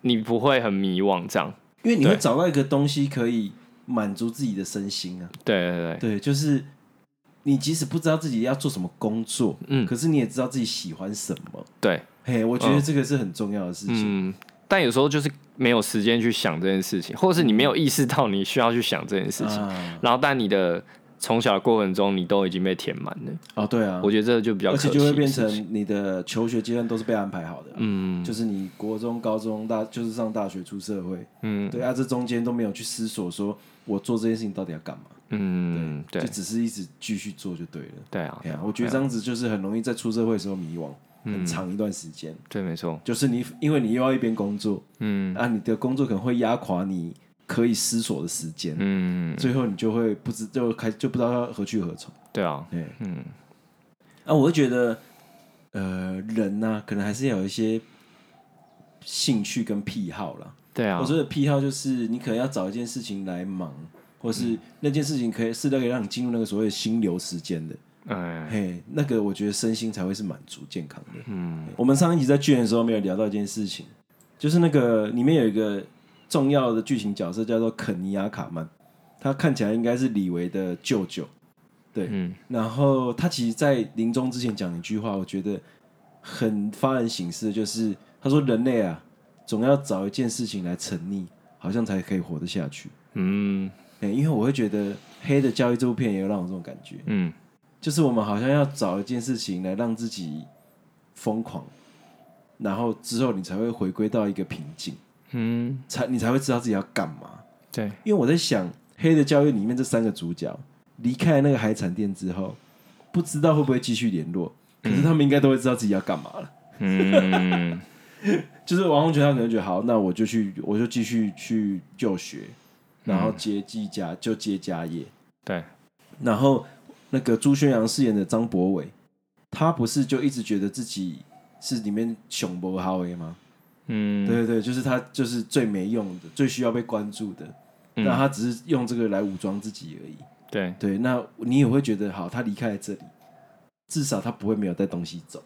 [SPEAKER 2] 你不会很迷惘这样。
[SPEAKER 1] 因为你会
[SPEAKER 2] 对
[SPEAKER 1] 找到一个东西可以满足自己的身心啊。
[SPEAKER 2] 对对对，
[SPEAKER 1] 对，就是你即使不知道自己要做什么工作，
[SPEAKER 2] 嗯
[SPEAKER 1] 可是你也知道自己喜欢什么。
[SPEAKER 2] 对，
[SPEAKER 1] 嘿，我觉得这个是很重要的事情。
[SPEAKER 2] 嗯。但有时候就是没有时间去想这件事情，或者是你
[SPEAKER 1] 嗯
[SPEAKER 2] 没有意识到你需要去想这件事情。
[SPEAKER 1] 啊，
[SPEAKER 2] 然后但你的从小的过程中，你都已经被填满了，
[SPEAKER 1] 哦，对啊
[SPEAKER 2] 我，觉得这就比较
[SPEAKER 1] 而
[SPEAKER 2] 可惜
[SPEAKER 1] 且
[SPEAKER 2] 的
[SPEAKER 1] 就会变
[SPEAKER 2] 事情
[SPEAKER 1] 成你的求学阶段都是被安排好的啊、
[SPEAKER 2] 嗯
[SPEAKER 1] 就是你国中、高中、大，就是上大学、出社会，
[SPEAKER 2] 嗯
[SPEAKER 1] 对啊，这中间都没有去思索说我做这件事情到底要干嘛，
[SPEAKER 2] 嗯，对
[SPEAKER 1] 就只是一直继续做就对了。
[SPEAKER 2] 对啊
[SPEAKER 1] 哎，呀、我觉得这样子就是很容易在出社会的时候迷惘，
[SPEAKER 2] 嗯
[SPEAKER 1] 很长一段时间。
[SPEAKER 2] 对，没错，
[SPEAKER 1] 就是你，因为你又要一边工作，
[SPEAKER 2] 嗯
[SPEAKER 1] 啊，你的工作可能会压垮你可以思索的时间，
[SPEAKER 2] 嗯，
[SPEAKER 1] 最后你就会不知就开就不知道要何去何从。
[SPEAKER 2] 对啊，
[SPEAKER 1] 对，
[SPEAKER 2] 嗯
[SPEAKER 1] 啊，我会觉得，呃，人呐、可能还是要有一些兴趣跟癖好啦。
[SPEAKER 2] 对啊
[SPEAKER 1] 我，说的癖好就是你可能要找一件事情来忙，或是那件事情可以是那个让你进入那个所谓的心流时间的，
[SPEAKER 2] 哎，
[SPEAKER 1] 嘿，那个我觉得身心才会是满足健康的。
[SPEAKER 2] 嗯
[SPEAKER 1] 我们上一集在剧人的时候没有聊到一件事情，就是那个里面有一个重要的剧情角色叫做肯尼亚卡曼，他看起来应该是李维的舅舅。
[SPEAKER 2] 嗯
[SPEAKER 1] 然后他其实，在临终之前讲一句话，我觉得很发人省思，就是他说：“人类啊，总要找一件事情来沉溺，好像才可以活得下去。
[SPEAKER 2] 嗯
[SPEAKER 1] 对，因为我会觉得《黑的交易》这部片也有让我这种感觉，
[SPEAKER 2] 嗯，
[SPEAKER 1] 就是我们好像要找一件事情来让自己疯狂，然后之后你才会回归到一个瓶颈，
[SPEAKER 2] 嗯，
[SPEAKER 1] 才你才会知道自己要干嘛。
[SPEAKER 2] 对，
[SPEAKER 1] 因为我在想，《黑的教育》里面这三个主角离开那个海产店之后，不知道会不会继续联络，可是他们应该都会知道自己要干嘛了。
[SPEAKER 2] 嗯
[SPEAKER 1] 就是王洪泉，他可能觉得好，那我就去，我就继续去就学，然后接继家就接家业。
[SPEAKER 2] 对，
[SPEAKER 1] 然后那个朱宣阳饰演的张博伟，他不是就一直觉得自己是里面熊博哈维吗？
[SPEAKER 2] 嗯
[SPEAKER 1] [laughs] 对对对，就是他就是最没用的，最需要被关注的。
[SPEAKER 2] 嗯
[SPEAKER 1] 那他只是用这个来武装自己而已。
[SPEAKER 2] 对，
[SPEAKER 1] 对，那你也会觉得好，他离开了这里，至少他不会没有带东西走。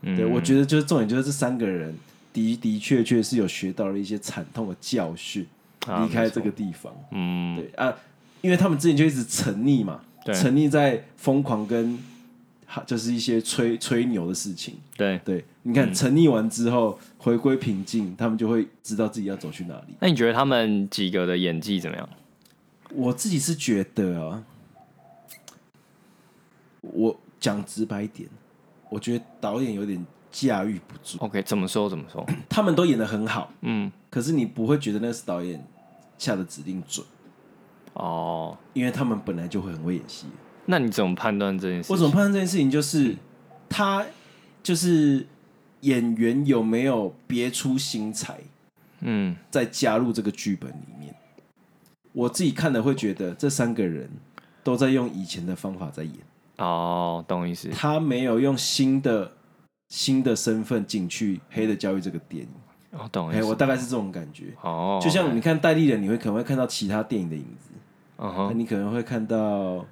[SPEAKER 1] 对、我觉
[SPEAKER 2] 得
[SPEAKER 1] 得就是重点就是这三个人的的确确是有学到了一些惨痛的教训，离开这个，地方。
[SPEAKER 2] 啊嗯，
[SPEAKER 1] 对啊，因为他们之前就一直沉溺嘛，
[SPEAKER 2] 对
[SPEAKER 1] 沉溺在疯狂跟就是一些吹吹牛的事情。
[SPEAKER 2] 对。
[SPEAKER 1] 对，你看、沉溺完之后回归平静，他们就会知道自己要走去哪里。
[SPEAKER 2] 那你觉得他们几个的演技怎么样？
[SPEAKER 1] 我自己是觉得啊，我讲直白一点，我觉得导演有点驾驭不住。
[SPEAKER 2] OK，怎么说怎么说？
[SPEAKER 1] 他们都演的很好，
[SPEAKER 2] 嗯，
[SPEAKER 1] 可是你不会觉得那是导演下的指令准，
[SPEAKER 2] 哦，
[SPEAKER 1] 因为他们本来就会很会演戏。
[SPEAKER 2] 那你怎么判断这件事？
[SPEAKER 1] 我怎么判断这件事情？就是
[SPEAKER 2] 嗯
[SPEAKER 1] 他就是演员有没有别出心裁，
[SPEAKER 2] 嗯
[SPEAKER 1] 再加入这个剧本里面。我自己看的会觉得这三个人都在用以前的方法在演。
[SPEAKER 2] 哦，懂意思。
[SPEAKER 1] 他没有用新的新的身份进去《黑的教育》这个电影，
[SPEAKER 2] 哦，懂
[SPEAKER 1] 哎，
[SPEAKER 2] 意
[SPEAKER 1] 我
[SPEAKER 2] 思。
[SPEAKER 1] 大概是这种感觉。
[SPEAKER 2] 哦，
[SPEAKER 1] 就像你看《戴立人》，你会可能会看到其他电影的影子，
[SPEAKER 2] 嗯哼，
[SPEAKER 1] 你可能会看到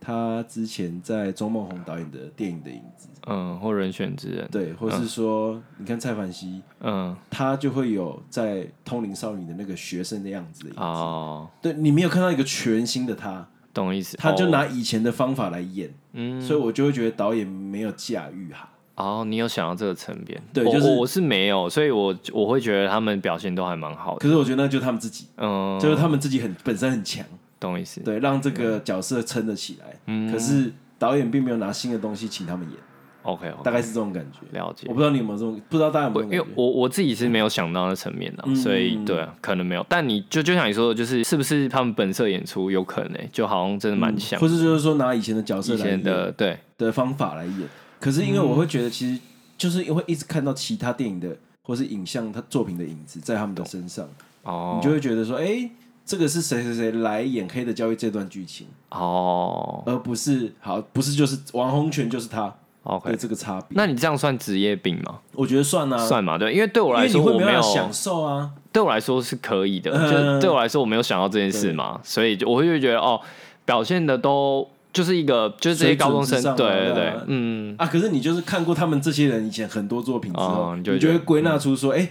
[SPEAKER 1] 他之前在周梦红导演的电影的影子，
[SPEAKER 2] 嗯，或人选之人，
[SPEAKER 1] 对，或是说、你看蔡凡熙，
[SPEAKER 2] 嗯，
[SPEAKER 1] 他就会有在《通灵少女》的那个学生的样子的影子。
[SPEAKER 2] 哦，
[SPEAKER 1] 对你没有看到一个全新的他，
[SPEAKER 2] 懂意思。
[SPEAKER 1] 他就
[SPEAKER 2] 哦
[SPEAKER 1] 拿以前的方法来演，
[SPEAKER 2] 嗯，
[SPEAKER 1] 所以我就会觉得导演没有驾驭好。
[SPEAKER 2] 哦，你有想到这个层面，
[SPEAKER 1] 对
[SPEAKER 2] 我
[SPEAKER 1] 就是
[SPEAKER 2] 我我是没有，所以我我会觉得他们表现都还蛮好的，
[SPEAKER 1] 可是我觉得那就是他们自己，
[SPEAKER 2] 嗯，
[SPEAKER 1] 就是他们自己很本身很强，
[SPEAKER 2] 懂意思，
[SPEAKER 1] 对，让这
[SPEAKER 2] 嗯
[SPEAKER 1] 个角色撑得起来。可是导演并没有拿新的东西请他们演，
[SPEAKER 2] ，OK，
[SPEAKER 1] 大概是这种感觉。
[SPEAKER 2] 哦了解
[SPEAKER 1] 我。不知道你有没有这种，不知道大家有没
[SPEAKER 2] 我
[SPEAKER 1] 有
[SPEAKER 2] 因
[SPEAKER 1] 这
[SPEAKER 2] 为
[SPEAKER 1] 种感觉？
[SPEAKER 2] 我我自己是没有想到那层面的、
[SPEAKER 1] 嗯
[SPEAKER 2] 所以对、啊，可能没有。但你就就像你说的，就是是不是他们本色演出有可能、欸，就好像真的蛮
[SPEAKER 1] 嗯
[SPEAKER 2] 像、
[SPEAKER 1] 或是就是说拿以前的角色
[SPEAKER 2] 以
[SPEAKER 1] 来演
[SPEAKER 2] 前的对，
[SPEAKER 1] 的方法来演。可是因为我会觉得，其实就是会一直看到其他电影的或是影像他作品的影子在他们的身上，
[SPEAKER 2] 哦
[SPEAKER 1] 你就会觉得说，哎、这个是谁谁谁来演《黑的交易》这段剧情，
[SPEAKER 2] 哦
[SPEAKER 1] 而不是好不是就是王洪泉就是他对
[SPEAKER 2] ，OK，
[SPEAKER 1] 这个差别。
[SPEAKER 2] 那你这样算职业病吗？
[SPEAKER 1] 我觉得算啊，
[SPEAKER 2] 算嘛，对，因为对我
[SPEAKER 1] 因
[SPEAKER 2] 来
[SPEAKER 1] 为你
[SPEAKER 2] 说
[SPEAKER 1] 会
[SPEAKER 2] 我
[SPEAKER 1] 没
[SPEAKER 2] 没有
[SPEAKER 1] 办法享受啊。
[SPEAKER 2] 对我来说是可以的，
[SPEAKER 1] 嗯
[SPEAKER 2] 就对我来说我没有想到这件事嘛，所以就我会觉得哦，表现的都就是一个就是这些高中生
[SPEAKER 1] 水，准之
[SPEAKER 2] 对
[SPEAKER 1] 上啊对
[SPEAKER 2] 对对
[SPEAKER 1] 啊，
[SPEAKER 2] 嗯，
[SPEAKER 1] 啊，可是你就是看过他们这些人以前很多作品之后，
[SPEAKER 2] 哦你
[SPEAKER 1] 你
[SPEAKER 2] 就
[SPEAKER 1] 就
[SPEAKER 2] 会
[SPEAKER 1] 会归纳出说，哎、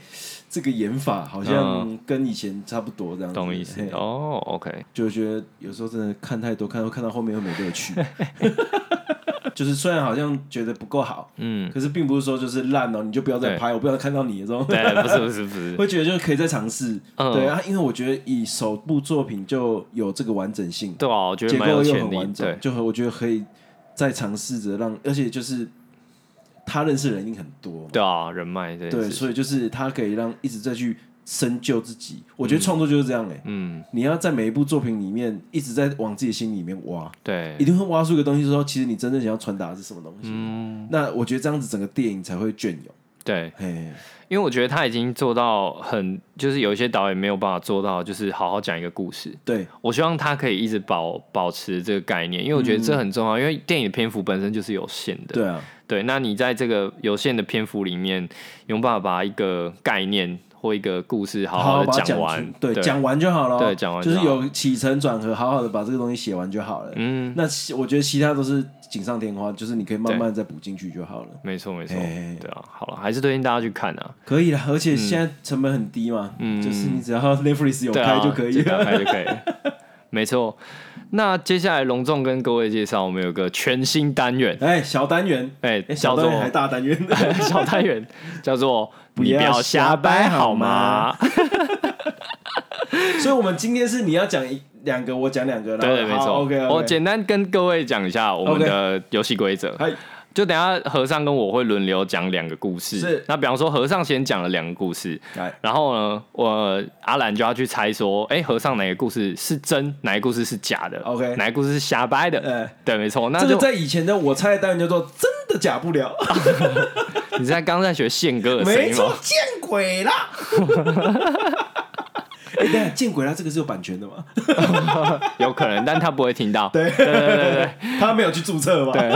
[SPEAKER 1] 这个演法好像跟以前差不多这样子，
[SPEAKER 2] 嗯懂意思
[SPEAKER 1] 嘿
[SPEAKER 2] 哦，OK，
[SPEAKER 1] 就觉得有时候真的看太多，看到看到后面又没乐
[SPEAKER 2] [laughs]
[SPEAKER 1] 趣。就是虽然好像觉得不够好，
[SPEAKER 2] 嗯， [laughs]
[SPEAKER 1] 可是并不是说就是烂哦，你就不要再拍，我不要看到你这种，
[SPEAKER 2] 对，不是不是不
[SPEAKER 1] [laughs]
[SPEAKER 2] 是，
[SPEAKER 1] 会觉得就是可以再尝试。
[SPEAKER 2] 嗯
[SPEAKER 1] 对啊，因为我觉得以首部作品就有这个完整性，
[SPEAKER 2] 对啊，我觉得
[SPEAKER 1] 结
[SPEAKER 2] 蛮
[SPEAKER 1] 构又
[SPEAKER 2] 有潜
[SPEAKER 1] 很
[SPEAKER 2] 力，
[SPEAKER 1] 完
[SPEAKER 2] 对
[SPEAKER 1] 整，，就很我觉得可以再尝试着让，而且就是他认识的人一定很多嘛，
[SPEAKER 2] 对啊，人脉这件
[SPEAKER 1] 对，
[SPEAKER 2] 事情，
[SPEAKER 1] 所以就是他可以让一直再去深究自己。我觉得创作就是这样哎、
[SPEAKER 2] 嗯，
[SPEAKER 1] 你要在每一部作品里面一直在往自己心里面挖，
[SPEAKER 2] 对
[SPEAKER 1] 一，定会挖出一个东西，说其实你真正想要传达的是什么东西。
[SPEAKER 2] 嗯
[SPEAKER 1] 那我觉得这样子整个电影才会隽永。
[SPEAKER 2] 对，
[SPEAKER 1] 嘿，
[SPEAKER 2] 因为我觉得他已经做到很，就是有一些导演没有办法做到，就是好好讲一个故事，
[SPEAKER 1] 对，
[SPEAKER 2] 我希望他可以一直保保持这个概念，因为我觉得
[SPEAKER 1] 嗯
[SPEAKER 2] 这很重要，因为电影的篇幅本身就是有限的。
[SPEAKER 1] 对啊，
[SPEAKER 2] 对那你在这个有限的篇幅里面，有办法把一个概念或一个故事好
[SPEAKER 1] 好
[SPEAKER 2] 的
[SPEAKER 1] 把它
[SPEAKER 2] 讲
[SPEAKER 1] 讲
[SPEAKER 2] 完
[SPEAKER 1] 出，对，讲完就好了。
[SPEAKER 2] 对讲完就
[SPEAKER 1] 就
[SPEAKER 2] 好
[SPEAKER 1] 是有起承转合，好好的把这个东西写完就好了。
[SPEAKER 2] 嗯，
[SPEAKER 1] 那其我觉得其他都是锦上添花，就是你可以慢慢再补进去就好了。
[SPEAKER 2] 没错没错
[SPEAKER 1] 嘿嘿，嘿
[SPEAKER 2] 对啊，好了，还是推荐大家去看啊，
[SPEAKER 1] 可以啦，而且现在成本很低嘛，就是你只要 Netflix 有
[SPEAKER 2] 嗯对啊，
[SPEAKER 1] 开就可以
[SPEAKER 2] 就打
[SPEAKER 1] 了。
[SPEAKER 2] 开就可以了，没错。那接下来隆重跟各位介绍，我们有个全新单元，
[SPEAKER 1] [laughs] 哎，小单元，
[SPEAKER 2] 哎、
[SPEAKER 1] 哎，
[SPEAKER 2] 叫
[SPEAKER 1] 小单
[SPEAKER 2] 做
[SPEAKER 1] 元还大单元，
[SPEAKER 2] [laughs] 小单元叫做“
[SPEAKER 1] [laughs] 不
[SPEAKER 2] 你不
[SPEAKER 1] 要
[SPEAKER 2] 要瞎
[SPEAKER 1] 瞎
[SPEAKER 2] 掰
[SPEAKER 1] 掰
[SPEAKER 2] 好
[SPEAKER 1] 好
[SPEAKER 2] 吗
[SPEAKER 1] 吗？”
[SPEAKER 2] [laughs]
[SPEAKER 1] 所以我们今天是你要讲一两个，我讲两个，
[SPEAKER 2] 对，
[SPEAKER 1] 然
[SPEAKER 2] 没
[SPEAKER 1] 后
[SPEAKER 2] 错。
[SPEAKER 1] OK，
[SPEAKER 2] 我简单跟各位讲一下我们
[SPEAKER 1] OK
[SPEAKER 2] 的游戏规则。
[SPEAKER 1] 嗨
[SPEAKER 2] 就等一下和尚跟我会轮流讲两个故事。
[SPEAKER 1] 是
[SPEAKER 2] 那比方说和尚先讲了两个故事，
[SPEAKER 1] 来
[SPEAKER 2] 然后呢，我阿兰就要去猜说，哎、和尚哪个故事是真，哪个故事是假的
[SPEAKER 1] OK
[SPEAKER 2] 哪个故事是瞎掰的？
[SPEAKER 1] 呃，
[SPEAKER 2] 对，没错。那
[SPEAKER 1] 这
[SPEAKER 2] 就
[SPEAKER 1] 个在以前的我猜的单元叫做“真的假不
[SPEAKER 2] [laughs]
[SPEAKER 1] 了
[SPEAKER 2] 你在刚在学宪歌”，的声
[SPEAKER 1] 没
[SPEAKER 2] 音
[SPEAKER 1] 错
[SPEAKER 2] 吗？，
[SPEAKER 1] 见鬼啦！ [laughs] 哎，等一下，见鬼啦，这个是有版权
[SPEAKER 2] [laughs]
[SPEAKER 1] 的吗？
[SPEAKER 2] 有可能，但他不会听到。
[SPEAKER 1] [laughs] 对
[SPEAKER 2] 对对对对。
[SPEAKER 1] 他没有去注册吗？对，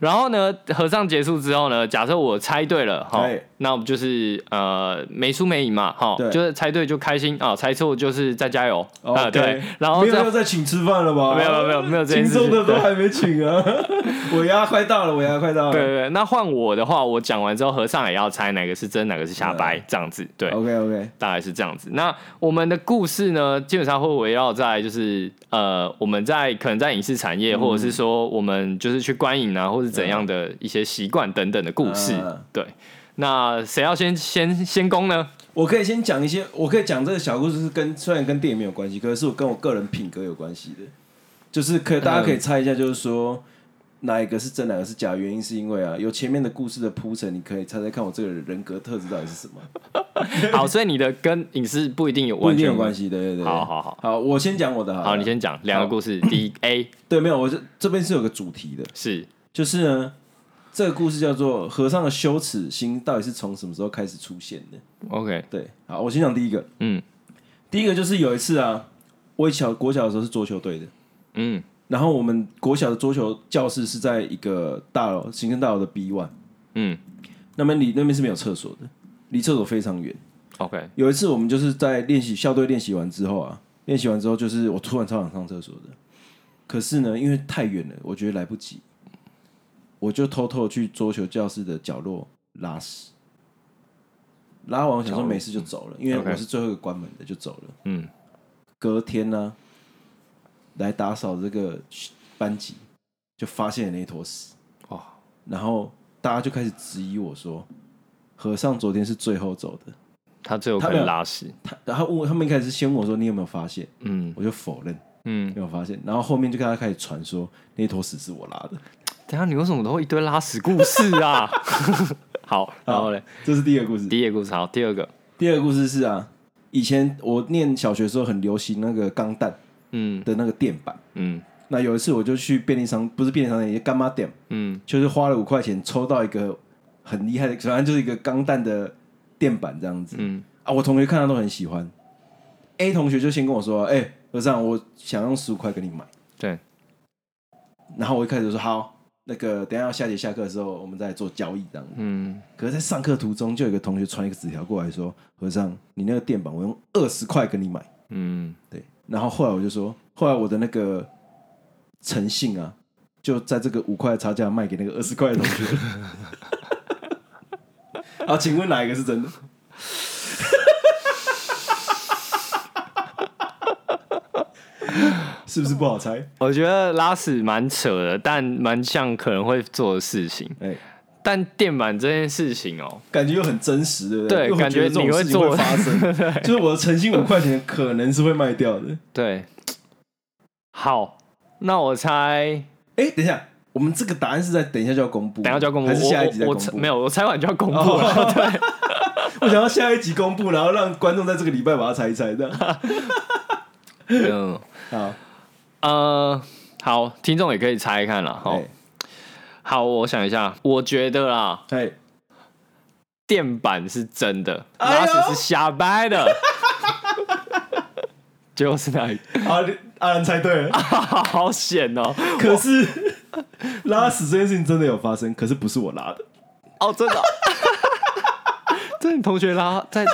[SPEAKER 2] 然后呢，合唱结束之后呢，假设我猜对了哈
[SPEAKER 1] 对，
[SPEAKER 2] 那我们就是呃没输没赢嘛哈，
[SPEAKER 1] 对
[SPEAKER 2] 就是猜对就开心啊、猜错就是再加油啊、
[SPEAKER 1] 哦，
[SPEAKER 2] 对，然后
[SPEAKER 1] 没
[SPEAKER 2] 这
[SPEAKER 1] 有要
[SPEAKER 2] 样
[SPEAKER 1] 再请吃饭了吧？
[SPEAKER 2] 没有没有没有没有这件
[SPEAKER 1] 轻
[SPEAKER 2] 事
[SPEAKER 1] 松的
[SPEAKER 2] 情
[SPEAKER 1] 都还没请
[SPEAKER 2] [laughs]
[SPEAKER 1] 啊！我牙快到了，我牙快到了。
[SPEAKER 2] 对对对，那换我的话，我讲完之后，和尚也要猜哪个是真，哪个是瞎掰，
[SPEAKER 1] 嗯
[SPEAKER 2] 这样子对。
[SPEAKER 1] ，OK OK，
[SPEAKER 2] 大概是这样子。那我们的故事呢，基本上会围绕在就是呃，我们在可能在影视产业，或者是说我们就是去观影啊，或是怎样的一些习惯等等的故事。
[SPEAKER 1] 嗯
[SPEAKER 2] 对，那谁要先先先攻呢？
[SPEAKER 1] 我可以先讲一些，我可以讲这个小故事是跟虽然跟电影没有关系，可是是我跟我个人品格有关系的，就是可大家可以猜一下，就是说。哪一个是真，哪个是假？原因是因为啊，有前面的故事的铺陈，你可以猜猜看我这个人人格特质到底是什么，
[SPEAKER 2] 好，所以你的跟影视不一定有
[SPEAKER 1] 不
[SPEAKER 2] 完
[SPEAKER 1] 一定
[SPEAKER 2] 全
[SPEAKER 1] 有关。系。对对对，
[SPEAKER 2] 好好好，
[SPEAKER 1] 好，我先讲我的好了。
[SPEAKER 2] 好，你先讲两个故事。第一 A
[SPEAKER 1] 对，没有，我这这边是有个主题的，
[SPEAKER 2] 是
[SPEAKER 1] 就是呢，这个故事叫做《和尚的羞耻心》，到底是从什么时候开始出现的？
[SPEAKER 2] OK，
[SPEAKER 1] 对，好，我先讲第一个。
[SPEAKER 2] 嗯
[SPEAKER 1] 第一个就是有一次啊，我以小国小的时候是桌球队的，
[SPEAKER 2] 嗯
[SPEAKER 1] 然后我们国小的桌球教室是在一个大楼行政大楼的 B one，
[SPEAKER 2] 嗯
[SPEAKER 1] 那边离那边是没有厕所的，离厕所非常远。
[SPEAKER 2] ，OK，
[SPEAKER 1] 有一次我们就是在练习校队练习完之后啊，练习完之后就是我突然超想上厕所的，可是呢，因为太远了，我觉得来不及，我就偷偷去桌球教室的角落拉屎。拉完我想说没事就走了，因为
[SPEAKER 2] 哦 OK
[SPEAKER 1] 我是最后一个关门的就走了。
[SPEAKER 2] 嗯，
[SPEAKER 1] 隔天呢、来打扫这个班级，就发现了那一坨屎，
[SPEAKER 2] 哦，
[SPEAKER 1] 然后大家就开始质疑我说，和尚昨天是最后走的。
[SPEAKER 2] 他最后
[SPEAKER 1] 他
[SPEAKER 2] 可
[SPEAKER 1] 没有
[SPEAKER 2] 能拉屎，
[SPEAKER 1] 他然后问他们一开始先问我说你有没有发现，
[SPEAKER 2] 嗯
[SPEAKER 1] 我就否认
[SPEAKER 2] 嗯，
[SPEAKER 1] 没有发现，然后后面就跟他开始传说那一坨屎是我拉的， [laughs]
[SPEAKER 2] 等一下你为什么都会一堆拉屎故事啊？ [laughs] 好，然后嘞，
[SPEAKER 1] 这是第一个故事。
[SPEAKER 2] 第一个故事好，第二个，
[SPEAKER 1] 第二个故事是啊，以前我念小学的时候很流行那个钢弹
[SPEAKER 2] 嗯
[SPEAKER 1] 的那个垫板，
[SPEAKER 2] 嗯
[SPEAKER 1] 那有一次我就去便利商，不是便利商店，也是干妈店，
[SPEAKER 2] 嗯
[SPEAKER 1] 就是花了五块钱抽到一个很厉害的，反正就是一个钢弹的垫板这样子
[SPEAKER 2] 嗯，
[SPEAKER 1] 啊。我同学看到都很喜欢，A 同学就先跟我说：“哎、和尚，我想用十五块给你买。”
[SPEAKER 2] 对，
[SPEAKER 1] 然后我一开始就说好，那个等一下下节下课的时候，我们再来做交易这样。
[SPEAKER 2] 嗯
[SPEAKER 1] 可是，在上课途中，就有一个同学传一个纸条过来说：“和尚，你那个电板我用二十块跟你买。
[SPEAKER 2] 嗯”
[SPEAKER 1] 对，然后后来我就说，后来我的那个呃诚信啊，就在这个五块的差价卖给那个二十块的同学。 [laughs] 好，请问哪一个是真的？ [laughs] 是不是不好猜？
[SPEAKER 2] 我觉得拉屎蛮扯的，但蛮像可能会做的事情。
[SPEAKER 1] 哎、
[SPEAKER 2] 但电板这件事情哦、
[SPEAKER 1] 感觉又很真实，对不
[SPEAKER 2] 对
[SPEAKER 1] 又
[SPEAKER 2] 感觉
[SPEAKER 1] 觉这种事情
[SPEAKER 2] 你会做
[SPEAKER 1] 会发
[SPEAKER 2] [laughs]
[SPEAKER 1] 生， [laughs] 就是我的诚信五块钱可能是会卖掉的。
[SPEAKER 2] 对，好，那我猜，
[SPEAKER 1] 哎，等一下，我们这个答案是在等一下就要公布，
[SPEAKER 2] 等一下就要公布，
[SPEAKER 1] 还是下一集再
[SPEAKER 2] 我我
[SPEAKER 1] 公
[SPEAKER 2] 我猜
[SPEAKER 1] 布？哦
[SPEAKER 2] 没
[SPEAKER 1] 有，
[SPEAKER 2] 有，我猜完就要公布了。
[SPEAKER 1] [laughs]
[SPEAKER 2] 对，
[SPEAKER 1] 我想要下一集公布，然后让观众在这个礼拜把它猜一猜，这
[SPEAKER 2] [laughs]
[SPEAKER 1] 样。
[SPEAKER 2] 嗯，
[SPEAKER 1] 好，
[SPEAKER 2] 呃，好，听众也可以猜一看了。好
[SPEAKER 1] 哎，，
[SPEAKER 2] 好，我想一下，我觉得啦，
[SPEAKER 1] 哎，
[SPEAKER 2] 电板是真的，
[SPEAKER 1] 哎呦
[SPEAKER 2] 拉屎是瞎
[SPEAKER 1] [laughs]
[SPEAKER 2] 掰的。就是那一个，
[SPEAKER 1] 阿阿兰猜对
[SPEAKER 2] 啊
[SPEAKER 1] 了，
[SPEAKER 2] [laughs] 好险哦！
[SPEAKER 1] 可是 [laughs] 拉屎这件事情真的有发生，可是不是我拉的。
[SPEAKER 2] 哦，真的哦， [laughs] 这是你同学拉在
[SPEAKER 1] [laughs]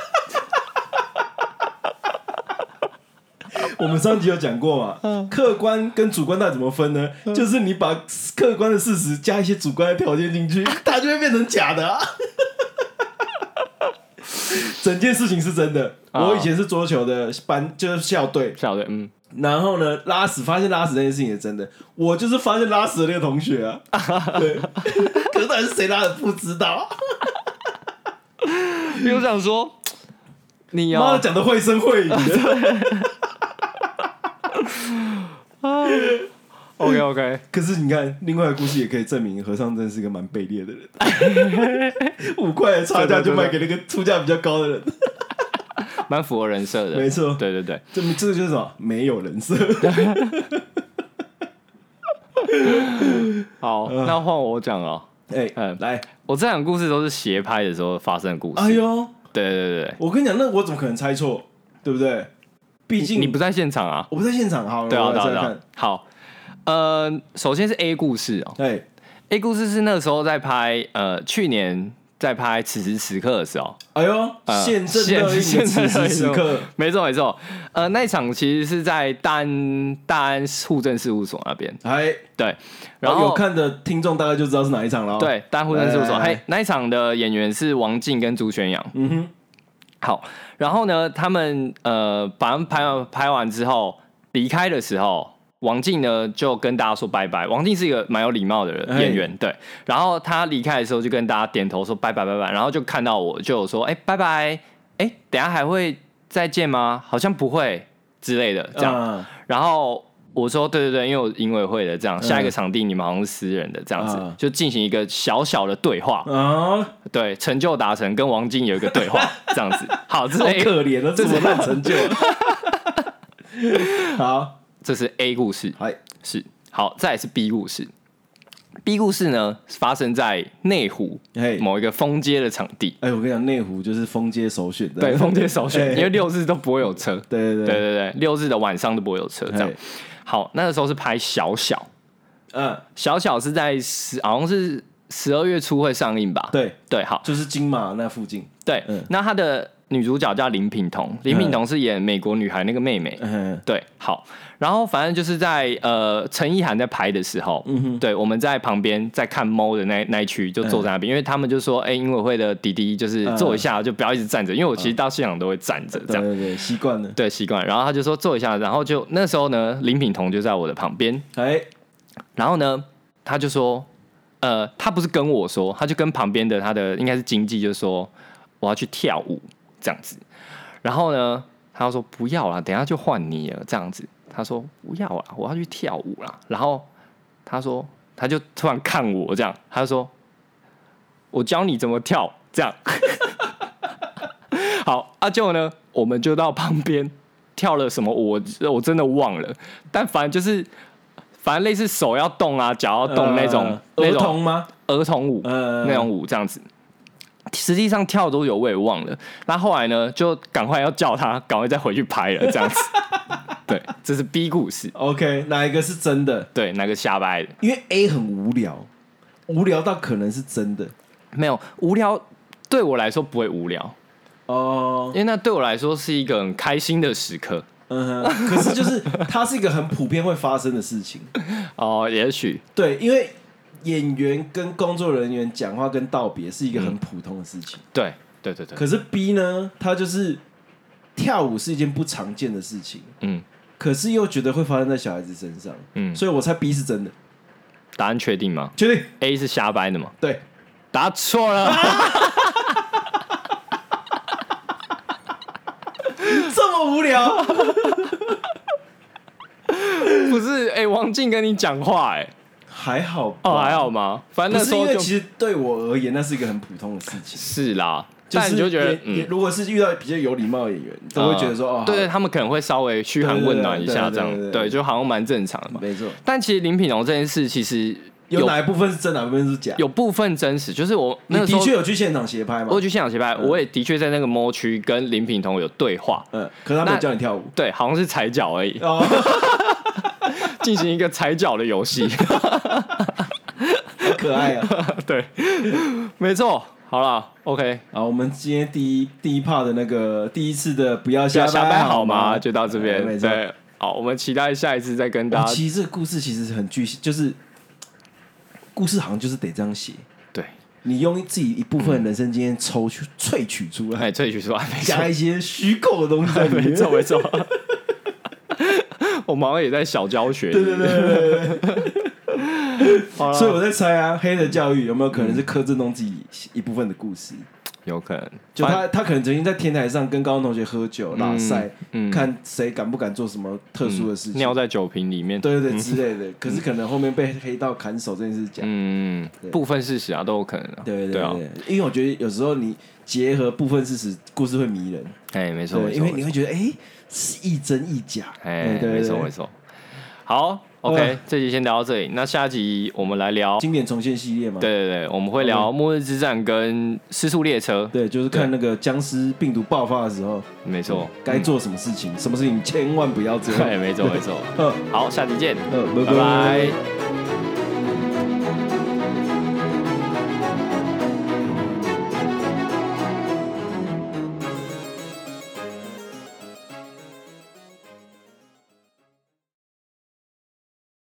[SPEAKER 1] 我们上集有讲过嘛，客观跟主观到底怎么分呢？就是你把客观的事实加一些主观的条件进去，它就会变成假的、啊。整件事情是真的。
[SPEAKER 2] 啊
[SPEAKER 1] 我以前是桌球的班，就是校队，
[SPEAKER 2] 小的，嗯，
[SPEAKER 1] 然后呢，拉屎发现拉屎这件事情也真的，我就是发现拉屎的那个同学啊，对，可是到底是谁拉的不知道，
[SPEAKER 2] 因为我想说，你
[SPEAKER 1] 妈
[SPEAKER 2] 哦
[SPEAKER 1] 的，讲的绘声绘影的。
[SPEAKER 2] OK OK，
[SPEAKER 1] 可是你看，另外的故事也可以证明和尚真的是个蛮卑劣的人。
[SPEAKER 2] [laughs]
[SPEAKER 1] 五块的差价就卖给那个出价比较高的人，
[SPEAKER 2] 蛮符合人设的，
[SPEAKER 1] 没错
[SPEAKER 2] 对对对，
[SPEAKER 1] 这这个就是什么？没有人
[SPEAKER 2] [laughs]
[SPEAKER 1] 设。
[SPEAKER 2] 好，
[SPEAKER 1] 嗯
[SPEAKER 2] 那换我讲哦。
[SPEAKER 1] 哎、
[SPEAKER 2] 嗯
[SPEAKER 1] 来，
[SPEAKER 2] 我这两个故事都是斜拍的时候发生的故事。
[SPEAKER 1] 哎呦，
[SPEAKER 2] 对对对对，
[SPEAKER 1] 我跟你讲，那我怎么可能猜错？对不对？毕竟
[SPEAKER 2] 你不在现场啊？
[SPEAKER 1] 我不在现场，好，
[SPEAKER 2] 对啊
[SPEAKER 1] 我
[SPEAKER 2] 对
[SPEAKER 1] 来
[SPEAKER 2] 啊
[SPEAKER 1] 猜
[SPEAKER 2] 对
[SPEAKER 1] 猜
[SPEAKER 2] 啊
[SPEAKER 1] 看。。
[SPEAKER 2] 好，呃，首先是 A 故事哦、
[SPEAKER 1] 哎
[SPEAKER 2] a 故事是那时候在拍，呃，去年在拍此时此刻的时候，
[SPEAKER 1] 哎呦，
[SPEAKER 2] 呃
[SPEAKER 1] 现正
[SPEAKER 2] 现
[SPEAKER 1] 热映
[SPEAKER 2] 现
[SPEAKER 1] 的
[SPEAKER 2] 正
[SPEAKER 1] 此
[SPEAKER 2] 热映
[SPEAKER 1] 时此刻，
[SPEAKER 2] 没错没错，呃，那一场其实是在大安大安户政事务所那边，
[SPEAKER 1] 哎，
[SPEAKER 2] 对，然
[SPEAKER 1] 然
[SPEAKER 2] 后
[SPEAKER 1] 后有看的听众大概就知道是哪一场了。，哦
[SPEAKER 2] 对，大户政事务所，
[SPEAKER 1] 来来来
[SPEAKER 2] 嘿，那一场的演员是王静跟朱玄阳。
[SPEAKER 1] 哎嗯哼，
[SPEAKER 2] 好，然后呢，他们呃，把他们拍完拍完之后离开的时候，王静呢就跟大家说拜拜。王静是一个蛮有礼貌的人
[SPEAKER 1] 哎
[SPEAKER 2] 演员，对。然后他离开的时候就跟大家点头说拜拜拜拜，然后就看到我就有说哎、拜拜，哎、等一下还会再见吗？好像不会之类的这样。
[SPEAKER 1] 啊
[SPEAKER 2] 然后我说对对对，因为我营委会的这样，下一个场地你们好像是私人的这样子，
[SPEAKER 1] 嗯
[SPEAKER 2] 就进行一个小小的对话，
[SPEAKER 1] 啊，
[SPEAKER 2] 对，成就达成跟王晶有一个
[SPEAKER 1] [laughs]
[SPEAKER 2] 对话这样子。好，这是
[SPEAKER 1] 好
[SPEAKER 2] A，
[SPEAKER 1] 可怜啊，这什么烂成就？
[SPEAKER 2] [laughs]
[SPEAKER 1] 好，
[SPEAKER 2] 这是 A 故事，
[SPEAKER 1] 哎，
[SPEAKER 2] 是好，再来是 B 故事。B 故事呢，发生在内湖
[SPEAKER 1] 嘿，
[SPEAKER 2] 某一个封街的场地，
[SPEAKER 1] 哎，我跟你讲，内湖就是封街首选的。
[SPEAKER 2] 对，封街首选，
[SPEAKER 1] 哎
[SPEAKER 2] 因为六日都不会有车，
[SPEAKER 1] 对对
[SPEAKER 2] 对对
[SPEAKER 1] 对，
[SPEAKER 2] 对，六日的晚上都不会有车这样
[SPEAKER 1] 哎。
[SPEAKER 2] 好，那个时候是拍小小，
[SPEAKER 1] 嗯，
[SPEAKER 2] 小小是在十，好像是十二月初会上映吧？
[SPEAKER 1] 对，
[SPEAKER 2] 对，好，
[SPEAKER 1] 就是金马那附近。
[SPEAKER 2] 对，
[SPEAKER 1] 嗯
[SPEAKER 2] 那它的女主角叫林品彤，林品彤是演美国女孩那个妹妹。
[SPEAKER 1] 嗯
[SPEAKER 2] 对，好，然后反正就是在呃陈意涵在拍的时候，
[SPEAKER 1] 嗯哼，
[SPEAKER 2] 对，我们在旁边在看猫的那那一区就坐
[SPEAKER 1] 嗯
[SPEAKER 2] 在那边，因为他们就说，哎、英委会的弟弟就是坐一下，就不要一直站着，因为我其实到现场都会站着这
[SPEAKER 1] 对
[SPEAKER 2] 样，
[SPEAKER 1] 对嗯对，习惯了。
[SPEAKER 2] 对，习惯。然后他就说坐一下，然后就那时候呢，林品彤就在我的旁边，
[SPEAKER 1] 哎，
[SPEAKER 2] 然后呢，他就说，呃，他不是跟我说，他就跟旁边的他的应该是经纪就说我要去跳舞这样子，然后呢，他就说不要啦，等一下就换你了这样子，他说不要啦，我要去跳舞啦，然后他说他就突然看我这样，他就说我教你怎么跳这样， [laughs] 好，阿、啊、舅呢，我们就到旁边跳了什么我我真的忘了，但反正就是。反正类似手要动啊，脚要动那种、
[SPEAKER 1] 呃
[SPEAKER 2] 那
[SPEAKER 1] 儿
[SPEAKER 2] 种
[SPEAKER 1] 童吗？
[SPEAKER 2] 儿童舞、
[SPEAKER 1] 呃，
[SPEAKER 2] 那种舞这样子。实际上跳多久我也忘了。那后来呢，就赶快要叫他，赶快再回去拍了
[SPEAKER 1] [laughs]
[SPEAKER 2] 这样子。对，这是 B 故事。
[SPEAKER 1] OK，哪一个是真的？
[SPEAKER 2] 对，那个瞎掰的
[SPEAKER 1] 因为 A 很无聊，无聊到可能是真的
[SPEAKER 2] 没有无聊，对我来说不会无聊，
[SPEAKER 1] 哦
[SPEAKER 2] 因。为那对我来说是一个很开心的时刻。
[SPEAKER 1] 嗯哼，可是就是它是一个很普遍会发生的事情。
[SPEAKER 2] 哦、也许
[SPEAKER 1] 对，因为演员跟工作人员讲话跟道别是一个很
[SPEAKER 2] 嗯
[SPEAKER 1] 普通的事情。
[SPEAKER 2] 对对对对，
[SPEAKER 1] 可是 B 呢，他就是跳舞是一件不常见的事情，
[SPEAKER 2] 嗯，
[SPEAKER 1] 可是又觉得会发生在小孩子身上，
[SPEAKER 2] 嗯
[SPEAKER 1] 所以我猜 B 是真的，
[SPEAKER 2] 答案确定吗
[SPEAKER 1] 确定
[SPEAKER 2] ？A 是瞎掰的吗？
[SPEAKER 1] 对。
[SPEAKER 2] 答错
[SPEAKER 1] 啊
[SPEAKER 2] 了，
[SPEAKER 1] 这么无聊，
[SPEAKER 2] 不是？哎、王静跟你讲话、哎，
[SPEAKER 1] 还好吧？
[SPEAKER 2] 哦，还好吗？反
[SPEAKER 1] 不
[SPEAKER 2] 正那
[SPEAKER 1] 是
[SPEAKER 2] 时
[SPEAKER 1] 因
[SPEAKER 2] 候
[SPEAKER 1] 为
[SPEAKER 2] 就
[SPEAKER 1] 其实对我而言，那是一个很普通的事情。
[SPEAKER 2] 是啦，
[SPEAKER 1] 是
[SPEAKER 2] 但你就觉得
[SPEAKER 1] 也，也
[SPEAKER 2] 嗯，
[SPEAKER 1] 如果是遇到比较有礼貌的演员，都会觉得说哦，
[SPEAKER 2] 对啊对，
[SPEAKER 1] 好
[SPEAKER 2] 他们可能会稍微嘘寒问暖一下，
[SPEAKER 1] 对对对
[SPEAKER 2] 这样
[SPEAKER 1] 对对，对
[SPEAKER 2] 对，就好像蛮正常的嘛。
[SPEAKER 1] 没错，
[SPEAKER 2] 但其实林品荣这件事，其实
[SPEAKER 1] 有
[SPEAKER 2] 有
[SPEAKER 1] 哪一部分是真，哪一部分是假？
[SPEAKER 2] 有部分真实，就是我
[SPEAKER 1] 你
[SPEAKER 2] 那个时
[SPEAKER 1] 的
[SPEAKER 2] 候
[SPEAKER 1] 确有嗯去现场协拍吗
[SPEAKER 2] 我？去现场协拍，我也的确在那个摸区跟林品彤有对话，
[SPEAKER 1] 嗯，可是他没有
[SPEAKER 2] 那
[SPEAKER 1] 叫你跳舞
[SPEAKER 2] 对，好像是踩脚而已，
[SPEAKER 1] 哦。
[SPEAKER 2] [laughs] 进行一个踩脚的
[SPEAKER 1] [laughs]
[SPEAKER 2] 游戏，
[SPEAKER 1] 好可爱啊！
[SPEAKER 2] 对，没错，好了，OK，
[SPEAKER 1] 好，我们今天第一第一 part 的那个第一次的不要下
[SPEAKER 2] 下下班
[SPEAKER 1] 班
[SPEAKER 2] 好吗？
[SPEAKER 1] 吗？
[SPEAKER 2] 就到这边
[SPEAKER 1] 哎没，错。
[SPEAKER 2] 对，好，我们期待下一次再跟大
[SPEAKER 1] 哇
[SPEAKER 2] 家
[SPEAKER 1] 其实这个故事其实很具，就是故事好像就是得这样写，
[SPEAKER 2] 对，
[SPEAKER 1] 你用自己一部分人生经验抽取萃取出来，
[SPEAKER 2] 哎，萃取出来，没错
[SPEAKER 1] 加一些虚构的东西在里
[SPEAKER 2] [laughs] 没
[SPEAKER 1] 面。
[SPEAKER 2] 错没错，我们好像也在小教学。对对对对 [laughs] 对。
[SPEAKER 1] 所以我在猜啊，黑的教育有没有可能是柯震东自己一部分的故事？
[SPEAKER 2] 有可能，
[SPEAKER 1] 就
[SPEAKER 2] 反
[SPEAKER 1] 他他可能曾经在天台上跟高中同学喝酒、拉塞，
[SPEAKER 2] 嗯
[SPEAKER 1] 看谁敢不敢做什么特殊的事情。
[SPEAKER 2] 尿在酒瓶里面，
[SPEAKER 1] 对对对之类的。可是可能后面被黑道砍手这件事讲，
[SPEAKER 2] 嗯，部分事实啊都有可能啊。
[SPEAKER 1] 对
[SPEAKER 2] 对
[SPEAKER 1] 对
[SPEAKER 2] 啊，
[SPEAKER 1] 对，因为我觉得有时候你结合部分事实，故事会迷人，
[SPEAKER 2] 哎，没错，
[SPEAKER 1] 对，
[SPEAKER 2] 没
[SPEAKER 1] 因
[SPEAKER 2] 错
[SPEAKER 1] 为你会觉得哎是一真一假，
[SPEAKER 2] 哎，
[SPEAKER 1] 对
[SPEAKER 2] 没
[SPEAKER 1] 对
[SPEAKER 2] 错没
[SPEAKER 1] 对，
[SPEAKER 2] 错。好
[SPEAKER 1] 呃
[SPEAKER 2] ，OK，这集先聊到这里。那下集我们来聊，对
[SPEAKER 1] 经典重现系列嘛，
[SPEAKER 2] 对对，我们会聊《末日之战》跟《失速列车》。
[SPEAKER 1] 对，就是看那个僵尸病毒爆发的时候，
[SPEAKER 2] 没错， [laughs] 哎
[SPEAKER 1] 该做什么事情，什么事情千万不要做， [laughs]
[SPEAKER 2] 对，没错没错。
[SPEAKER 1] 呃
[SPEAKER 2] 好，下集见，
[SPEAKER 1] 呃，拜
[SPEAKER 2] 拜
[SPEAKER 1] 拜。
[SPEAKER 2] 拜。